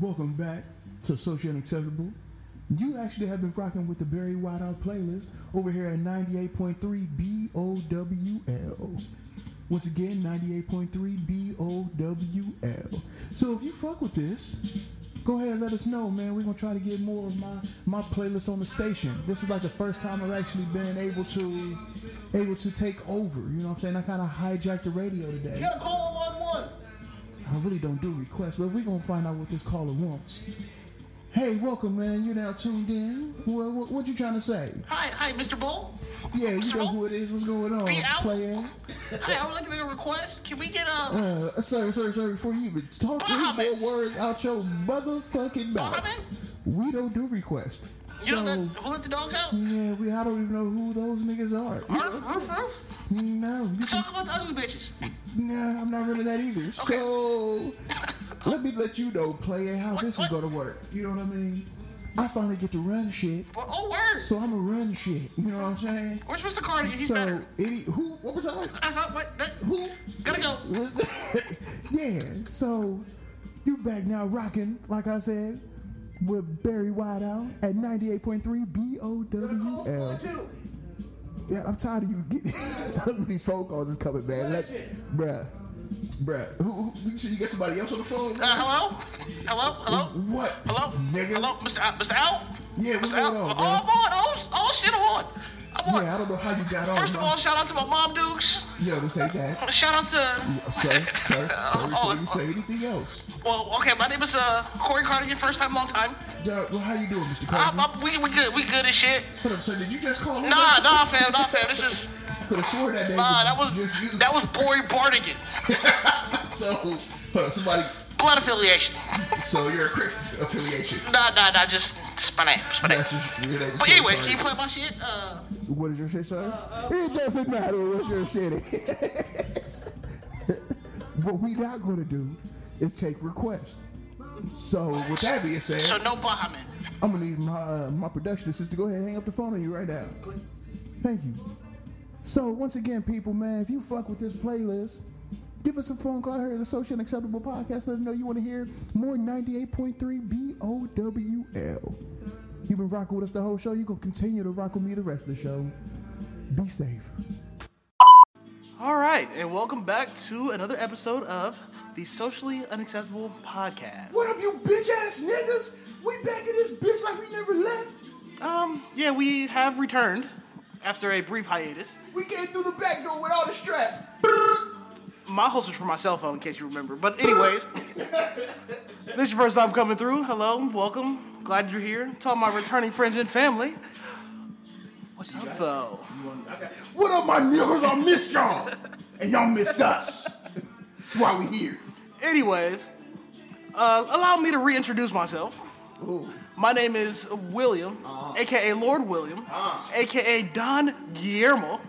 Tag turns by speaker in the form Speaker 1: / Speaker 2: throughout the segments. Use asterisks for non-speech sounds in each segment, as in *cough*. Speaker 1: Welcome back to Socially Unacceptable. You actually have been rocking with the Barry Whiteout playlist over here at 98.3 BOWL. Once again, 98.3 BOWL. So if you fuck with this, go ahead and let us know, man. We're gonna try to get more of my my playlist on the station. This is like the first time I've actually been able to able to take over. You know what I'm saying? I kind of hijacked the radio
Speaker 2: You
Speaker 1: today.
Speaker 2: gotta call one one.
Speaker 1: I really don't do requests, but we're gonna find out what this caller wants. Hey, welcome, man. You're now tuned in. What, what, what you trying to say?
Speaker 2: Hi, hi, Mr. Bull.
Speaker 1: Yeah, you
Speaker 2: Mr.
Speaker 1: know
Speaker 2: Bull?
Speaker 1: who it is. What's going on?
Speaker 2: Be out.
Speaker 1: Playing.
Speaker 2: Hi, I would like to make a request. Can we get um, a
Speaker 1: Uh, sorry, sorry, sorry. Before you even talk any more
Speaker 2: Muhammad.
Speaker 1: words out your motherfucking mouth,
Speaker 2: Muhammad?
Speaker 1: we don't do requests.
Speaker 2: You
Speaker 1: so,
Speaker 2: know that who let the dogs out?
Speaker 1: yeah, we I don't even know who those niggas are.
Speaker 2: Roof, roof, roof.
Speaker 1: No, you
Speaker 2: Let's
Speaker 1: can,
Speaker 2: talk about the ugly bitches.
Speaker 1: no, I'm not really that either. So let me let you know, player, how
Speaker 2: What-
Speaker 1: this
Speaker 2: what?
Speaker 1: is gonna work. You know what I mean? I finally get to run shit,
Speaker 2: Well, oh, words.
Speaker 1: so I'ma run shit. You know what I'm saying?
Speaker 2: Where's Mr. Carter? He's
Speaker 1: so
Speaker 2: better.
Speaker 1: any who what was I?
Speaker 2: I thought, what? That,
Speaker 1: Who?
Speaker 2: gotta go.
Speaker 1: Listen- *laughs* yeah, so you back now rocking, like I said, with Barry Whiteout at 98.3 BOWL. Yeah, I'm tired of you getting *laughs* tired of these phone calls is coming, man. Like, bruh, bruh, who, who, you sure you got somebody else on the phone?
Speaker 2: Uh, hello? Hello? Hello?
Speaker 1: What?
Speaker 2: Hello?
Speaker 1: Nigga?
Speaker 2: Hello? Mr. Al? Mr. Al?
Speaker 1: Yeah, what's
Speaker 2: Mr. Al?
Speaker 1: going
Speaker 2: Oh,
Speaker 1: on, man?
Speaker 2: I'm on. Oh, oh, shit, I'm on. I'm on.
Speaker 1: Yeah, I don't know how you got on.
Speaker 2: First of
Speaker 1: bro.
Speaker 2: all, shout out to my mom, Dukes.
Speaker 1: yo, this ain't
Speaker 2: *laughs*
Speaker 1: that.
Speaker 2: Shout out to
Speaker 1: Yeah, sir, sir, sir, before
Speaker 2: Oh,
Speaker 1: you say anything else.
Speaker 2: well, okay, my name is uh Corey Cardigan, first time, long time.
Speaker 1: Yo, well, how you doing, Mr.
Speaker 2: I,
Speaker 1: Carter?
Speaker 2: I, we we good, we good as shit.
Speaker 1: What up, sir? Did you just call?
Speaker 2: Nah, nah, fam, nah, fam. This is
Speaker 1: Could have swore that name
Speaker 2: nah, that was
Speaker 1: just you.
Speaker 2: that was Corey Bardigan.
Speaker 1: *laughs* So, hold on, somebody.
Speaker 2: Blood affiliation.
Speaker 1: So you're a Crick affiliation.
Speaker 2: Nah, nah, nah. Just, just my name, just my name.
Speaker 1: That's just your name. is
Speaker 2: But anyways, can
Speaker 1: Corey
Speaker 2: you play my shit? Uh,
Speaker 1: Carter. What is your shit, sir? it doesn't matter what your shit is. *laughs* what we not gonna do is take requests. So with that being said,
Speaker 2: so no Bahaman.
Speaker 1: I'm gonna need my uh, my production assistant to go ahead and hang up the phone on you right now. Thank you. So once again, people, man, if you fuck with this playlist, give us a phone call here at the Social and Acceptable Podcast. Let us know you want to hear more 98.3 BOWL. You've been rocking with us the whole show. You can continue to rock with me the rest of the show. Be safe.
Speaker 3: All right, and welcome back to another episode of the Socially Unacceptable Podcast.
Speaker 4: What up, you bitch ass niggas? We back in this bitch like we never left.
Speaker 3: Um, yeah, we have returned after a brief hiatus.
Speaker 4: We came through the back door with all the straps.
Speaker 3: My holster's for my cell phone, in case you remember. But anyways, this is your first time coming through. Hello, welcome. Glad you're here. To all my returning friends and family. What's up, though?
Speaker 4: What up, my niggas? I missed y'all, and y'all missed us. That's why we here.
Speaker 3: Anyways, uh, allow me to reintroduce myself. My name is William, aka Lord William, aka Don Guillermo,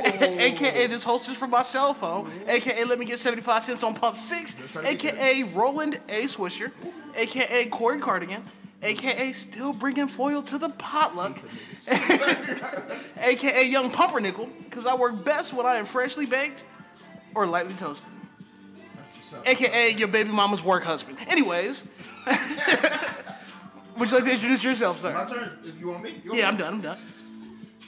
Speaker 3: *laughs* aka this host is from my cell phone, aka Let Me Get 75 Cents on Pump 6, aka Roland A. Swisher, aka Corey Cardigan, aka Still Bringing Foil to the Potluck, *laughs* aka Young Pumpernickel, because I work best when I am freshly baked or lightly toasted aka your baby mama's work husband. Anyways, *laughs* would you like to introduce yourself, sir?
Speaker 4: turn. You want me?
Speaker 3: Yeah, I'm done. I'm done.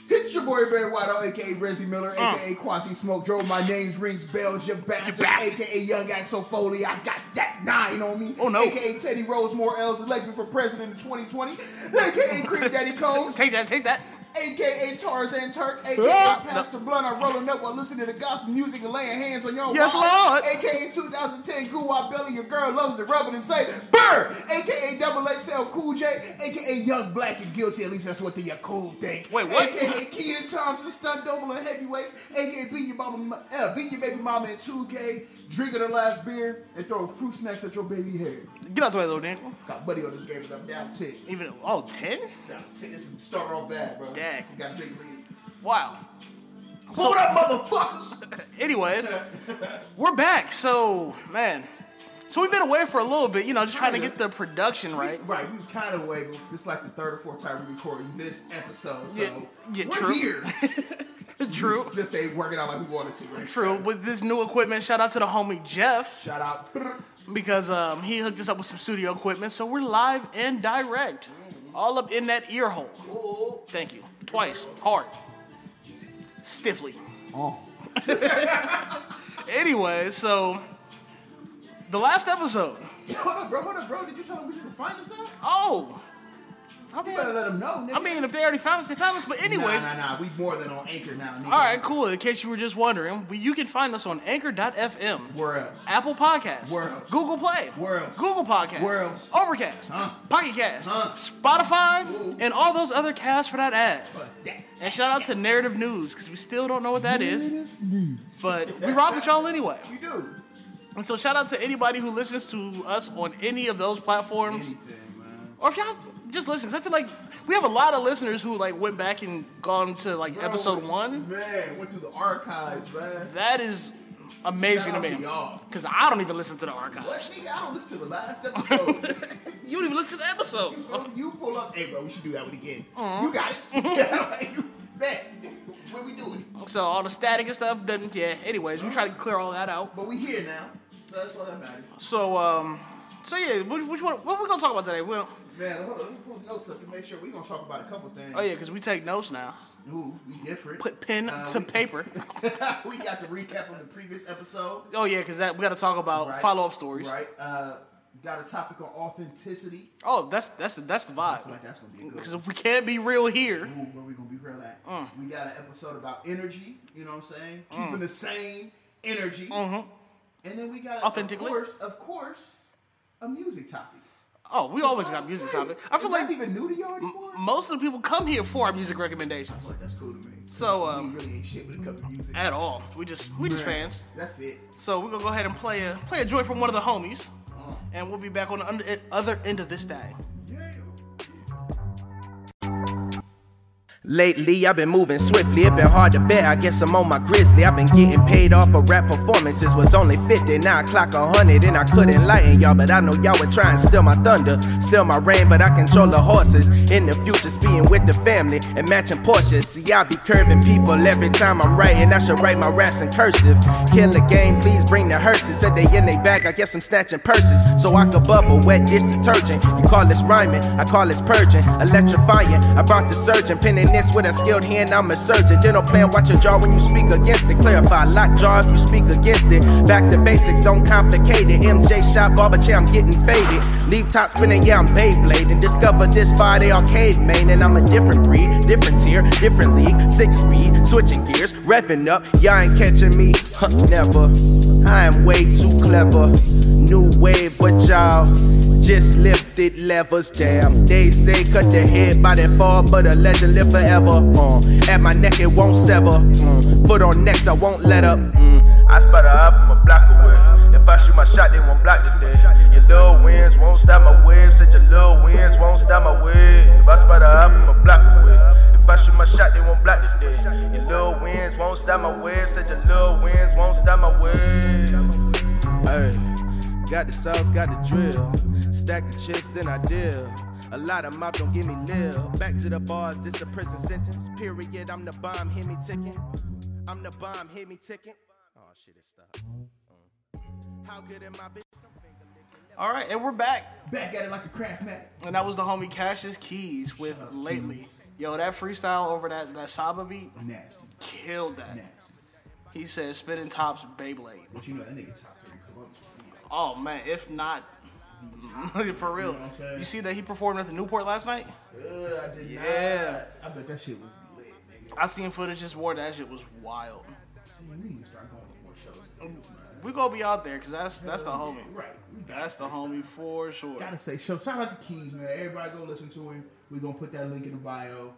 Speaker 4: It's your boy Barry Whiteout, aka Rezzy Miller,
Speaker 3: Uh.
Speaker 4: aka Quasi Smoke Joe. My name's rings bells, your bastard,
Speaker 3: bastard.
Speaker 4: aka Young Axel Foley. I got that nine on me.
Speaker 3: Oh, no.
Speaker 4: Aka Teddy Rosemore L's elected for president in 2020. Aka Creep Daddy Combs.
Speaker 3: Take that. Take that.
Speaker 4: aka Tarzan Turk, aka
Speaker 3: Ah.
Speaker 4: Pastor Blunt, I'm rolling up while listening to gospel music and laying hands on your
Speaker 3: Yes,
Speaker 4: wife.
Speaker 3: Lord.
Speaker 4: aka 2010 Guwap Belly, your girl loves to rub it and say, Burr, aka Double XL Cool J, aka Young Black and Guilty, at least that's what the Yakult think.
Speaker 3: Wait, what?
Speaker 4: aka Keaton Thompson, stunt double and heavyweights, aka be your mama, uh, be your baby mama in 2K, drinking her last beer, and throwing fruit snacks at your baby head.
Speaker 3: Get out the way, little nickel.
Speaker 4: Got buddy on this game, and I'm down 10.
Speaker 3: Even oh, 10?
Speaker 4: Down 10. It's start off bad, bro.
Speaker 3: Dang.
Speaker 4: You got a big lead.
Speaker 3: Wow.
Speaker 4: Hold up, motherfuckers!
Speaker 3: Anyways, we're back. So man, so we've been away for a little bit. You know, just trying to get the production
Speaker 1: *laughs*
Speaker 3: right.
Speaker 4: Right, we kind of away, but this is like the third or fourth time we recording this episode, so
Speaker 3: Yeah, yeah,
Speaker 4: we're
Speaker 3: true. *laughs*
Speaker 4: here.
Speaker 3: True.
Speaker 4: Just, just ain't working out like we wanted to. Right?
Speaker 1: *coughs*
Speaker 3: True. With this new equipment, shout out to the homie Jeff.
Speaker 4: Shout out.
Speaker 3: because um, he hooked us up with some studio equipment. So we're live and direct, all up in that ear hole. Thank you. Twice, hard, stiffly. *laughs* anyway, so the last episode.
Speaker 1: Hold up, bro. Hold up, bro. Did you tell them where you can find us at?
Speaker 3: Oh, I
Speaker 1: You better
Speaker 3: mean,
Speaker 1: let them know, nigga.
Speaker 3: I mean, if they already found us, they found us. But anyways,
Speaker 1: Nah, nah, nah. We more than on Anchor now, nigga.
Speaker 3: all right, cool. In case you were just wondering, we, you can find us on Anchor.fm.
Speaker 1: Where else?
Speaker 3: Apple Podcasts.
Speaker 1: Where else?
Speaker 3: Google Play.
Speaker 1: Where else?
Speaker 3: Google Podcasts.
Speaker 1: Where else?
Speaker 3: Overcast.
Speaker 1: Huh?
Speaker 3: Pocket Cast.
Speaker 1: Huh?
Speaker 3: Spotify.
Speaker 1: Ooh.
Speaker 3: And all those other casts for that ass.
Speaker 1: Fuck that.
Speaker 3: And shout out to Narrative News, because we still don't know what that is.
Speaker 5: Negative news.
Speaker 3: But we rock with y'all anyway.
Speaker 1: We do.
Speaker 3: And so shout out to anybody who listens to us on any of those platforms.
Speaker 1: Anything, man.
Speaker 3: Or if y'all just listen, 'cause I feel like we have a lot of listeners who like went back and gone to like episode
Speaker 1: Bro,
Speaker 3: one.
Speaker 1: Man, went through the archives, man.
Speaker 3: That is amazing
Speaker 1: Shout
Speaker 3: to
Speaker 1: out
Speaker 3: me.
Speaker 1: to y'all.
Speaker 3: Because I don't even listen to the archives.
Speaker 1: What, nigga? I don't listen to the
Speaker 3: *laughs*
Speaker 1: last episode.
Speaker 3: You don't even listen to the episode.
Speaker 1: Bro, you pull up. Hey, bro, we should do that one again. You got
Speaker 3: *laughs*
Speaker 1: it. you bet. When we doing it.
Speaker 3: So all the static and stuff, then yeah. Anyways, we try to clear all that out.
Speaker 1: But we here now. So that's all that matters.
Speaker 3: So um, so yeah, which, which one? What we gonna talk about today? We don't,
Speaker 1: Man, hold on. Let me pull the notes up and make sure we're going to talk about a couple things.
Speaker 3: oh yeah, because we take notes now.
Speaker 1: Ooh, we different.
Speaker 3: Put pen
Speaker 1: Uh,
Speaker 3: to
Speaker 1: we-
Speaker 3: paper.
Speaker 1: *laughs* we got the recap on the previous episode.
Speaker 3: Oh yeah, because that we gotta talk about
Speaker 1: Right.
Speaker 3: follow up Oh, stories.
Speaker 1: Right. Uh, got a topic on authenticity.
Speaker 3: Oh, that's that's that's the
Speaker 1: I feel
Speaker 3: vibe.
Speaker 1: like that's going to be a good
Speaker 3: Uh, Because
Speaker 1: one.
Speaker 3: if we can't be real here,
Speaker 1: Ooh, where we gonna be real at?
Speaker 3: Uh.
Speaker 1: We got an episode about energy. You know what I'm saying? Keeping the same energy. And then we got, a,
Speaker 3: Uh-huh. Authentically.
Speaker 1: of course, of course, a music topic.
Speaker 3: oh, we always got music
Speaker 1: Right.
Speaker 3: topic. I
Speaker 1: Is
Speaker 3: feel like
Speaker 1: that even new to y'all anymore.
Speaker 3: most of the people come here for our music recommendations
Speaker 1: But that's cool to me.
Speaker 3: So,
Speaker 1: We
Speaker 3: um,
Speaker 1: really ain't shit when it comes to music.
Speaker 3: at all. We just we just
Speaker 1: Man,
Speaker 3: fans.
Speaker 1: That's it.
Speaker 3: So we're gonna go ahead and play a play a joint from one of the homies,
Speaker 1: Uh,
Speaker 3: and we'll be back on the under, other end of this day.
Speaker 1: yeah.
Speaker 6: Lately, I've been moving swiftly. It been hard to bet. I guess I'm on my grizzly. I've been getting paid off for rap performances. Was only 50, now I clock a hundred, and I couldn't lighten y'all. But I know y'all would try and steal my thunder, steal my rain. But I control the horses. In the future, speeding with the family and matching Porsches. See, I be curving people every time I'm writing. I should write my raps in cursive. Kill the game, please bring the hearses. Said they in they bag. I guess I'm snatching purses so I could bubble wet dish detergent. You call this rhyming, I call this purging, electrifying. I brought the surgeon, pinning this with a skilled hand. I'm a surgeon. Dental plan, watch your jaw when you speak against it. Clarify, lock jaw if you speak against it. Back to basics, don't complicate it. MJ shop, barber chair, I'm getting faded. Leave top spinning, yeah, I'm Beyblade. And discover this Friday arcade main, and I'm a different breed, different tier, different league, six speed, switching gears, revving up. Y'all ain't catching me, huh, never. I am way too clever. New wave, but y'all just lifted levels. Damn, they say cut the head by that fall, but a legend live forever. Uh, at my neck, it won't sever. Mm, foot on next, I won't let up. Mm, I spot a eye from a block away. If I shoot my shot, they won't block today. Your little winds won't stop my wave. Said your little winds won't stop my wave. I spot a eye from a block away. If I shoot my shot, they won't block today. Your little winds won't stop my wave. Said your little winds won't stop my wave. Ayy, got the sauce, got the drill. Stack the chips, then I deal. A lot of mouth don't give me nil. Back to the bars, it's a prison sentence. Period, I'm the bomb, hit me ticking. I'm the bomb, hit me ticking. Oh shit, it stopped. Mm. How good am I, bitch?
Speaker 3: All right, and we're back.
Speaker 1: Back at it like a craft mat.
Speaker 3: And that was the homie Cash's Keys with Lately. Yo, that freestyle over that, that Saba beat
Speaker 1: Nasty.
Speaker 3: killed that.
Speaker 1: Nasty.
Speaker 3: He said spinning tops Beyblade.
Speaker 1: But you know that nigga top three Columbus.
Speaker 3: Oh man, if not *laughs* for real.
Speaker 1: what I'm saying?
Speaker 3: You see that he performed at the Newport last night?
Speaker 1: Ugh, I did
Speaker 3: Yeah.
Speaker 1: not. I bet that shit was lit, nigga.
Speaker 3: I seen footage this war that shit was wild.
Speaker 1: See, we need to start going to more shows. than those, man.
Speaker 3: We gonna be out there cause that's that's the homie.
Speaker 1: Right. We gotta
Speaker 3: That's the
Speaker 1: say something.
Speaker 3: homie for sure.
Speaker 1: Gotta say, so shout out to Keys, man. Everybody go listen to him. We're gonna put that link in the bio.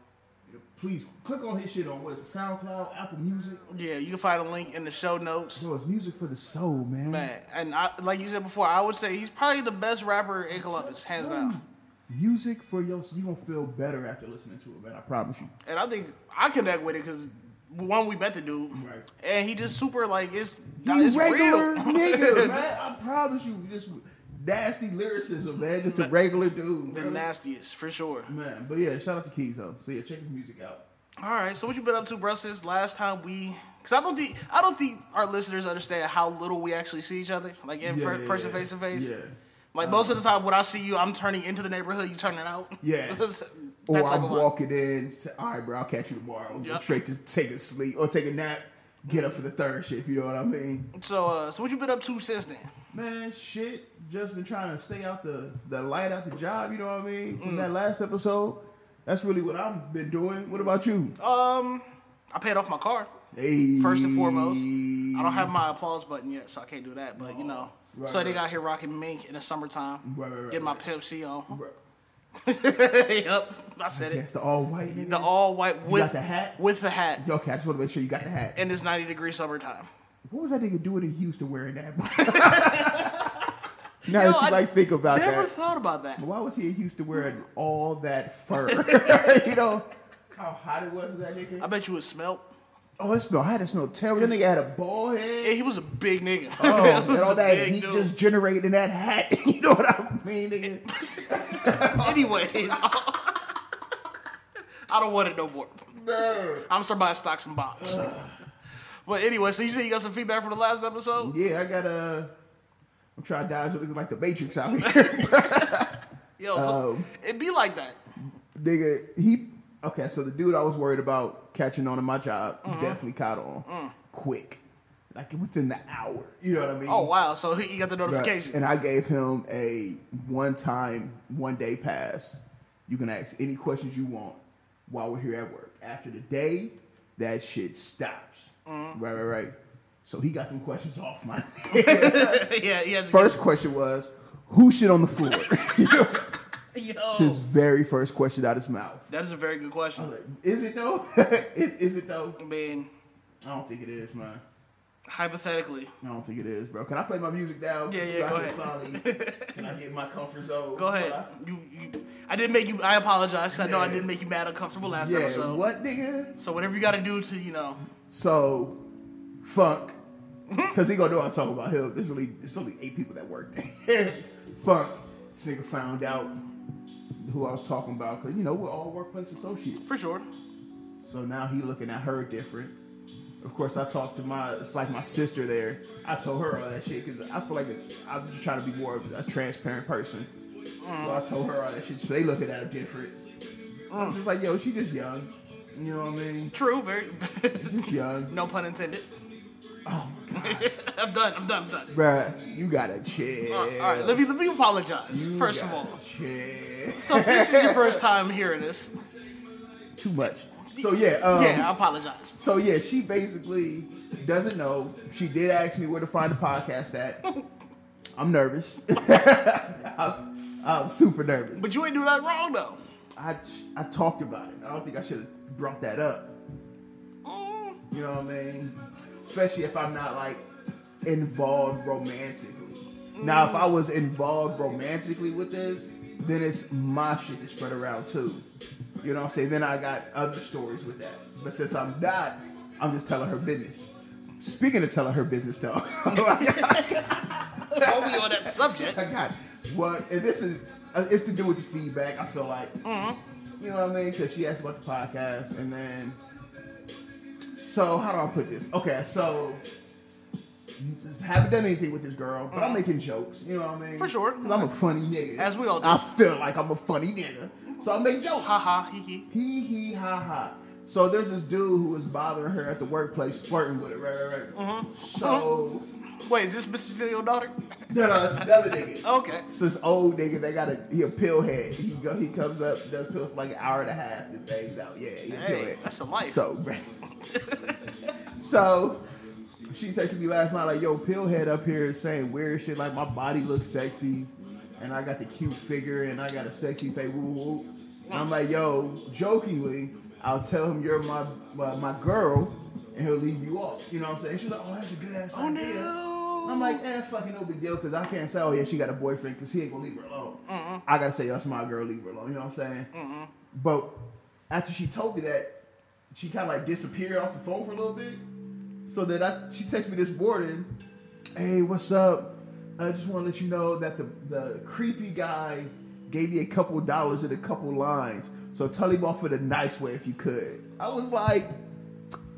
Speaker 1: Please click on his shit on what is it, SoundCloud, Apple Music.
Speaker 3: Yeah, you can find a link in the show notes.
Speaker 1: Bro, it's music for the soul, man.
Speaker 3: Man, and I, like you said before, I would say he's probably the best rapper in Columbus, hands down.
Speaker 1: Music for your you gonna feel better after listening to it, man. I promise you.
Speaker 3: And I think I connect with it because one, we met the dude,
Speaker 1: Right.
Speaker 3: and he just super like it's,
Speaker 1: You
Speaker 3: it's *laughs*
Speaker 1: regular
Speaker 3: real.
Speaker 1: nigga, man. I promise you. Just nasty lyricism, man. Just a regular dude.
Speaker 3: the
Speaker 1: bro.
Speaker 3: nastiest for sure.
Speaker 1: man, but yeah, shout out to Keys though. So yeah, check his music out.
Speaker 3: All right, so what you been up to, bro? Since last time we Cause I don't think I don't think our listeners understand how little we actually see each other, like in
Speaker 1: Yeah,
Speaker 3: fir-
Speaker 1: yeah,
Speaker 3: person
Speaker 1: yeah.
Speaker 3: face to face.
Speaker 1: Yeah.
Speaker 3: Like most of the time when I see you, I'm turning into the neighborhood. You turning out. *laughs*
Speaker 1: Yeah.
Speaker 3: That's-
Speaker 1: Or
Speaker 3: that's like
Speaker 1: I'm
Speaker 3: a lot.
Speaker 1: walking in. Say, All right, bro, I'll catch you tomorrow. Go
Speaker 3: Yep.
Speaker 1: straight to take a sleep or take a nap. Get up for the third shift. You know what I mean?
Speaker 3: So, uh, so what you been up to since then?
Speaker 1: Man, shit. Just been trying to stay out the the light out the job. You know what I mean?
Speaker 3: Mm.
Speaker 1: From that last episode, that's really what I've been doing. What about you?
Speaker 3: Um, I paid off my car.
Speaker 1: Hey.
Speaker 3: First and foremost, I don't have my applause button yet, so I can't do that. But you know,
Speaker 1: Right,
Speaker 3: so they
Speaker 1: right.
Speaker 3: got here rocking mink in the summertime.
Speaker 1: Right, right, right,
Speaker 3: Get my
Speaker 1: right.
Speaker 3: Pepsi on. *laughs*
Speaker 1: Bro,
Speaker 3: yep, I said it.
Speaker 1: That's the all white. Nigga.
Speaker 3: The all white with
Speaker 1: got the hat?
Speaker 3: With the hat.
Speaker 1: Okay, I just want to make sure you got the hat.
Speaker 3: in this 90 degree summertime.
Speaker 1: What was that nigga doing in Houston wearing
Speaker 3: *laughs*
Speaker 1: that? *laughs* now
Speaker 3: Yo,
Speaker 1: that you
Speaker 3: I
Speaker 1: like think about
Speaker 3: Never
Speaker 1: that,
Speaker 3: thought about that.
Speaker 1: why was he in Houston wearing all that
Speaker 3: *laughs*
Speaker 1: fur? *laughs* you know how hot it was with that
Speaker 3: I
Speaker 1: nigga.
Speaker 3: bet you it smelled.
Speaker 1: Oh, it smelled. I had to smell terrible. That nigga had a bald
Speaker 3: Yeah, *laughs*
Speaker 1: head.
Speaker 3: he was a big nigga.
Speaker 1: Oh,
Speaker 3: It
Speaker 1: and
Speaker 3: was
Speaker 1: all
Speaker 3: a
Speaker 1: that
Speaker 3: big
Speaker 1: heat
Speaker 3: dude.
Speaker 1: just generated in that hat. *laughs* you know what I mean, nigga?
Speaker 3: *laughs* Anyways, *laughs* I don't want it no more.
Speaker 1: No. Uh.
Speaker 3: I'm starting buying stocks and bonds. but anyway, so you said you got some feedback from the last episode?
Speaker 1: Yeah, I got Uh, I'm trying to dodge it looking like the Matrix out here,
Speaker 3: Yo, so
Speaker 1: Um,
Speaker 3: it'd be like that.
Speaker 1: nigga. He okay. So the dude I was worried about catching on to my job
Speaker 3: Mm-hmm.
Speaker 1: definitely caught on
Speaker 3: Mm.
Speaker 1: quick, like within the hour. You know what I mean?
Speaker 3: Oh, wow. So he you got the
Speaker 1: Right.
Speaker 3: notification.
Speaker 1: And I gave him a one time, one day pass. You can ask any questions you want while we're here at work. After the day, that shit stops.
Speaker 3: Mm-hmm.
Speaker 1: Right, right, right. So he got them questions *laughs* off my
Speaker 3: *laughs* yeah, yeah.
Speaker 1: First question was, who shit on the floor? *laughs*
Speaker 3: *laughs*
Speaker 1: you know,
Speaker 3: Yo.
Speaker 1: it's his very first question out his mouth.
Speaker 3: That is a very good question.
Speaker 1: I was like, is it though? *laughs* is, is it though?
Speaker 3: I mean,
Speaker 1: I don't think it is, man.
Speaker 3: hypothetically,
Speaker 1: I don't think it is, bro. Can I play my music now?
Speaker 3: Yeah, yeah,
Speaker 1: I can
Speaker 3: go ahead.
Speaker 1: Finally, can I get in my comfort zone?
Speaker 3: go ahead.
Speaker 1: While I-
Speaker 3: You, you, I didn't make you, I apologize. 'cause I know I
Speaker 1: Yeah.
Speaker 3: didn't make you mad or comfortable last
Speaker 1: Yeah,
Speaker 3: episode.
Speaker 1: what nigga?
Speaker 3: So whatever you got to do to, you know,
Speaker 1: So,
Speaker 3: *laughs*
Speaker 1: funk, because he gonna know I'm talking about him. There's really there's only eight people that work there. *laughs* funk, this nigga found out who I was talking about because you know we're all workplace associates.
Speaker 3: for sure.
Speaker 1: So now he looking at her different. Of course, I talked to my it's like my sister there. I told her all that shit because I feel like i I'm just trying to be more of a transparent person. So I told her all that shit. So they looking at him different. I'm just like, yo, she just young. You know what I mean?
Speaker 3: True, very. *laughs*
Speaker 1: Just young.
Speaker 3: no pun intended. Oh my god. *laughs* I'm done. I'm done. I'm done.
Speaker 1: Bruh, you gotta chill.
Speaker 3: All right, all right, let me let me apologize
Speaker 1: You
Speaker 3: first of all.
Speaker 1: gotta Chill.
Speaker 3: So if this is your first time hearing this,
Speaker 1: *laughs* Too much. So yeah, um,
Speaker 3: yeah, I apologize.
Speaker 1: so yeah, she basically doesn't know. She did ask me where to find the podcast at. I'm nervous. *laughs* I'm, I'm super nervous.
Speaker 3: But you ain't do nothing wrong though.
Speaker 1: I I talked about it. I don't think I should have brought that up.
Speaker 3: Mm,
Speaker 1: You know what I mean? Especially if I'm not like involved romantically. Now, if I was involved romantically with this, then it's my shit to spread around too. You know what I'm saying? Then I got other stories with that. But since I'm not, I'm just telling her business. Speaking of telling her business though, *laughs* I got,
Speaker 3: while we on that subject,
Speaker 1: I got what, and this is, uh, it's to do with the feedback, I feel like.
Speaker 3: Mm-hmm.
Speaker 1: You know what I mean? Because she asked about the podcast, and then. So how do I put this? Okay, so haven't done anything with this girl, but I'm making jokes. You know what I mean?
Speaker 3: Mm-hmm. For sure.
Speaker 1: Because I'm a funny nigga.
Speaker 3: As we all do.
Speaker 1: I feel like I'm a funny nigga, so I make jokes.
Speaker 3: haha, hee hee.
Speaker 1: Hee hee ha ha. So there's this dude who was bothering her at the workplace, flirting with her. Right, right, right.
Speaker 3: Mm-hmm.
Speaker 1: So
Speaker 3: Wait, is this Mrs. Video daughter?
Speaker 1: no, no, that's another nigga.
Speaker 3: Okay.
Speaker 1: It's this old nigga that got a he a pill head. He go he comes up, does pill for like an hour and a half, then bangs out. Yeah, he a
Speaker 3: Hey,
Speaker 1: pill head.
Speaker 3: that's a life.
Speaker 1: So *laughs* So she texted me last night like, yo, pill head up here is saying weird shit like my body looks sexy and I got the cute figure and I got a sexy face. Woo woo. And I'm like, yo, jokingly, I'll tell him you're my my, my girl and he'll leave you off. You know what I'm saying? She's like, oh, that's a good ass
Speaker 3: Oh
Speaker 1: idea.
Speaker 3: no.
Speaker 1: I'm like, eh, fucking no big deal, because I can't say, oh yeah, she got a boyfriend, because he ain't gonna leave her alone. I gotta say, that's my girl, leave her alone. You know what I'm saying? But after she told me that, she kind of like disappeared off the phone for a little bit. So that I, she texted me this morning, hey, what's up? I just want to let you know that the the creepy guy gave me a couple dollars and a couple lines, so tell him off in a nice way if you could. I was like.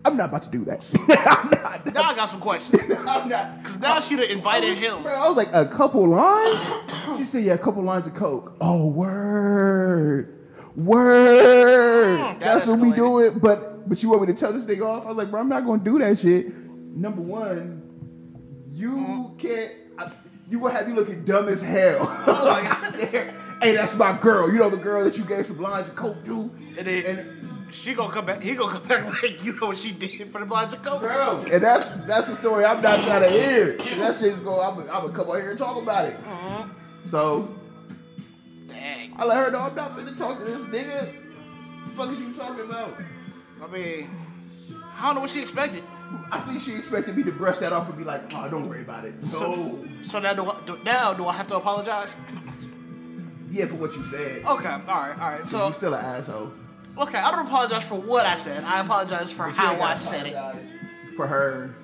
Speaker 1: I'm not about to do that. *laughs* I'm not.
Speaker 3: Now I got
Speaker 1: *laughs*
Speaker 3: some questions.
Speaker 1: I'm not.
Speaker 3: Cause now she'd have
Speaker 1: I
Speaker 3: invited
Speaker 1: was,
Speaker 3: him.
Speaker 1: bro, I was like, a couple lines? She said, yeah, a couple lines of coke. Oh, word. Word.
Speaker 3: Mm, that
Speaker 1: That's what we
Speaker 3: escalated.
Speaker 1: do it. But but you want me to tell this nigga off? I was like, bro, I'm not going to do that shit. Number one,
Speaker 3: Mm.
Speaker 1: you can't. I, you will have you looking dumb as
Speaker 3: *laughs*
Speaker 1: hell. Oh my God. *laughs* hey, that's my girl. You know the girl that you gave some lines of coke to?
Speaker 3: And then she gonna come back. He gonna come back *laughs* like you know what she did for the blinds of coke.
Speaker 1: Bro, and that's that's a story I'm not trying to hear. That shit's going. I'm gonna come out here and talk about it. So
Speaker 3: Mm-hmm. Dang.
Speaker 1: I let her know I'm not finna talk to this nigga. fuck is you talking about?
Speaker 3: I mean, I don't know what she expected.
Speaker 1: I think she expected me to brush that off and be like, "Oh, don't worry about it." No,
Speaker 3: So now do, I, do now do I have to apologize?
Speaker 1: yeah, for what you said.
Speaker 3: Okay. All right. All right. Oh, So
Speaker 1: you still an asshole.
Speaker 3: okay, I don't apologize for what I said. I apologize for
Speaker 1: But you
Speaker 3: how
Speaker 1: ain't gotta
Speaker 3: I said it.
Speaker 1: apologize For her,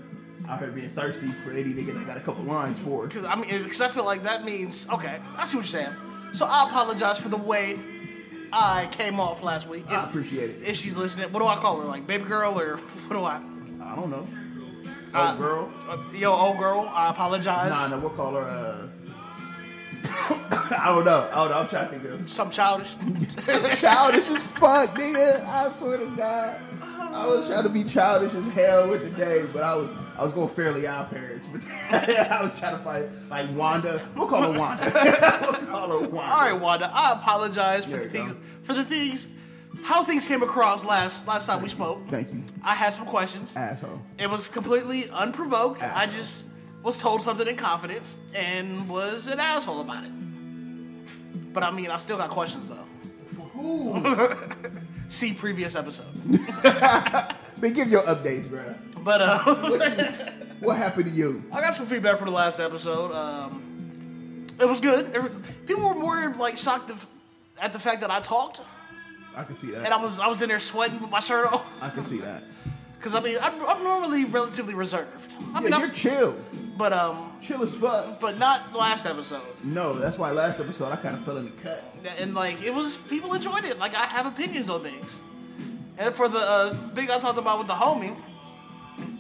Speaker 1: out here being thirsty for any nigga that got a couple lines for.
Speaker 3: Because I mean, because I feel like that means okay. I see what you're saying. So I apologize for the way I came off last week. If,
Speaker 1: I appreciate it.
Speaker 3: if she's listening, what do I call her? Like baby girl or *laughs* what do I?
Speaker 1: I don't know. Oh,
Speaker 3: Uh,
Speaker 1: girl.
Speaker 3: Uh, yo, old girl, I apologize.
Speaker 1: Nah, no, we'll call her. Uh, *coughs* I don't know. I don't know. I'm trying to think *laughs* of
Speaker 3: Some childish. *laughs*
Speaker 1: childish as fuck, nigga. I swear to God, I was trying to be childish as hell with the day, but I was I was going fairly odd parents, but *laughs* I was trying to fight like Wanda. We'll call her Wanda. *laughs* we'll call her Wanda.
Speaker 3: All right, Wanda, I apologize for
Speaker 1: There
Speaker 3: the
Speaker 1: you go.
Speaker 3: things for the things how things came across last last time we spoke.
Speaker 1: Thank you,
Speaker 3: I had some questions.
Speaker 1: asshole.
Speaker 3: It was completely unprovoked. I
Speaker 1: Asshole.
Speaker 3: just was told something in confidence and was an asshole about it. But I mean, I still got questions though.
Speaker 1: Ooh.
Speaker 3: See previous episode.
Speaker 1: Man, give your updates, bro.
Speaker 3: But uh, *laughs*
Speaker 1: What happened to you?
Speaker 3: I got some feedback for the last episode. Um, it was good. Every- People were more like shocked of, at the fact that I talked,
Speaker 1: I can see
Speaker 3: and I
Speaker 1: that.
Speaker 3: was I was in there sweating with my shirt off.
Speaker 1: I can see that.
Speaker 3: Because I mean, I'm, I'm normally relatively reserved. I mean,
Speaker 1: Yeah,
Speaker 3: I'm,
Speaker 1: you're chill,
Speaker 3: but um,
Speaker 1: chill as fuck.
Speaker 3: but not last episode.
Speaker 1: No, that's why last episode I kind of fell in the cut.
Speaker 3: And like, it was people enjoyed it. Like, I have opinions on things. And for the uh, thing I talked about with the homie,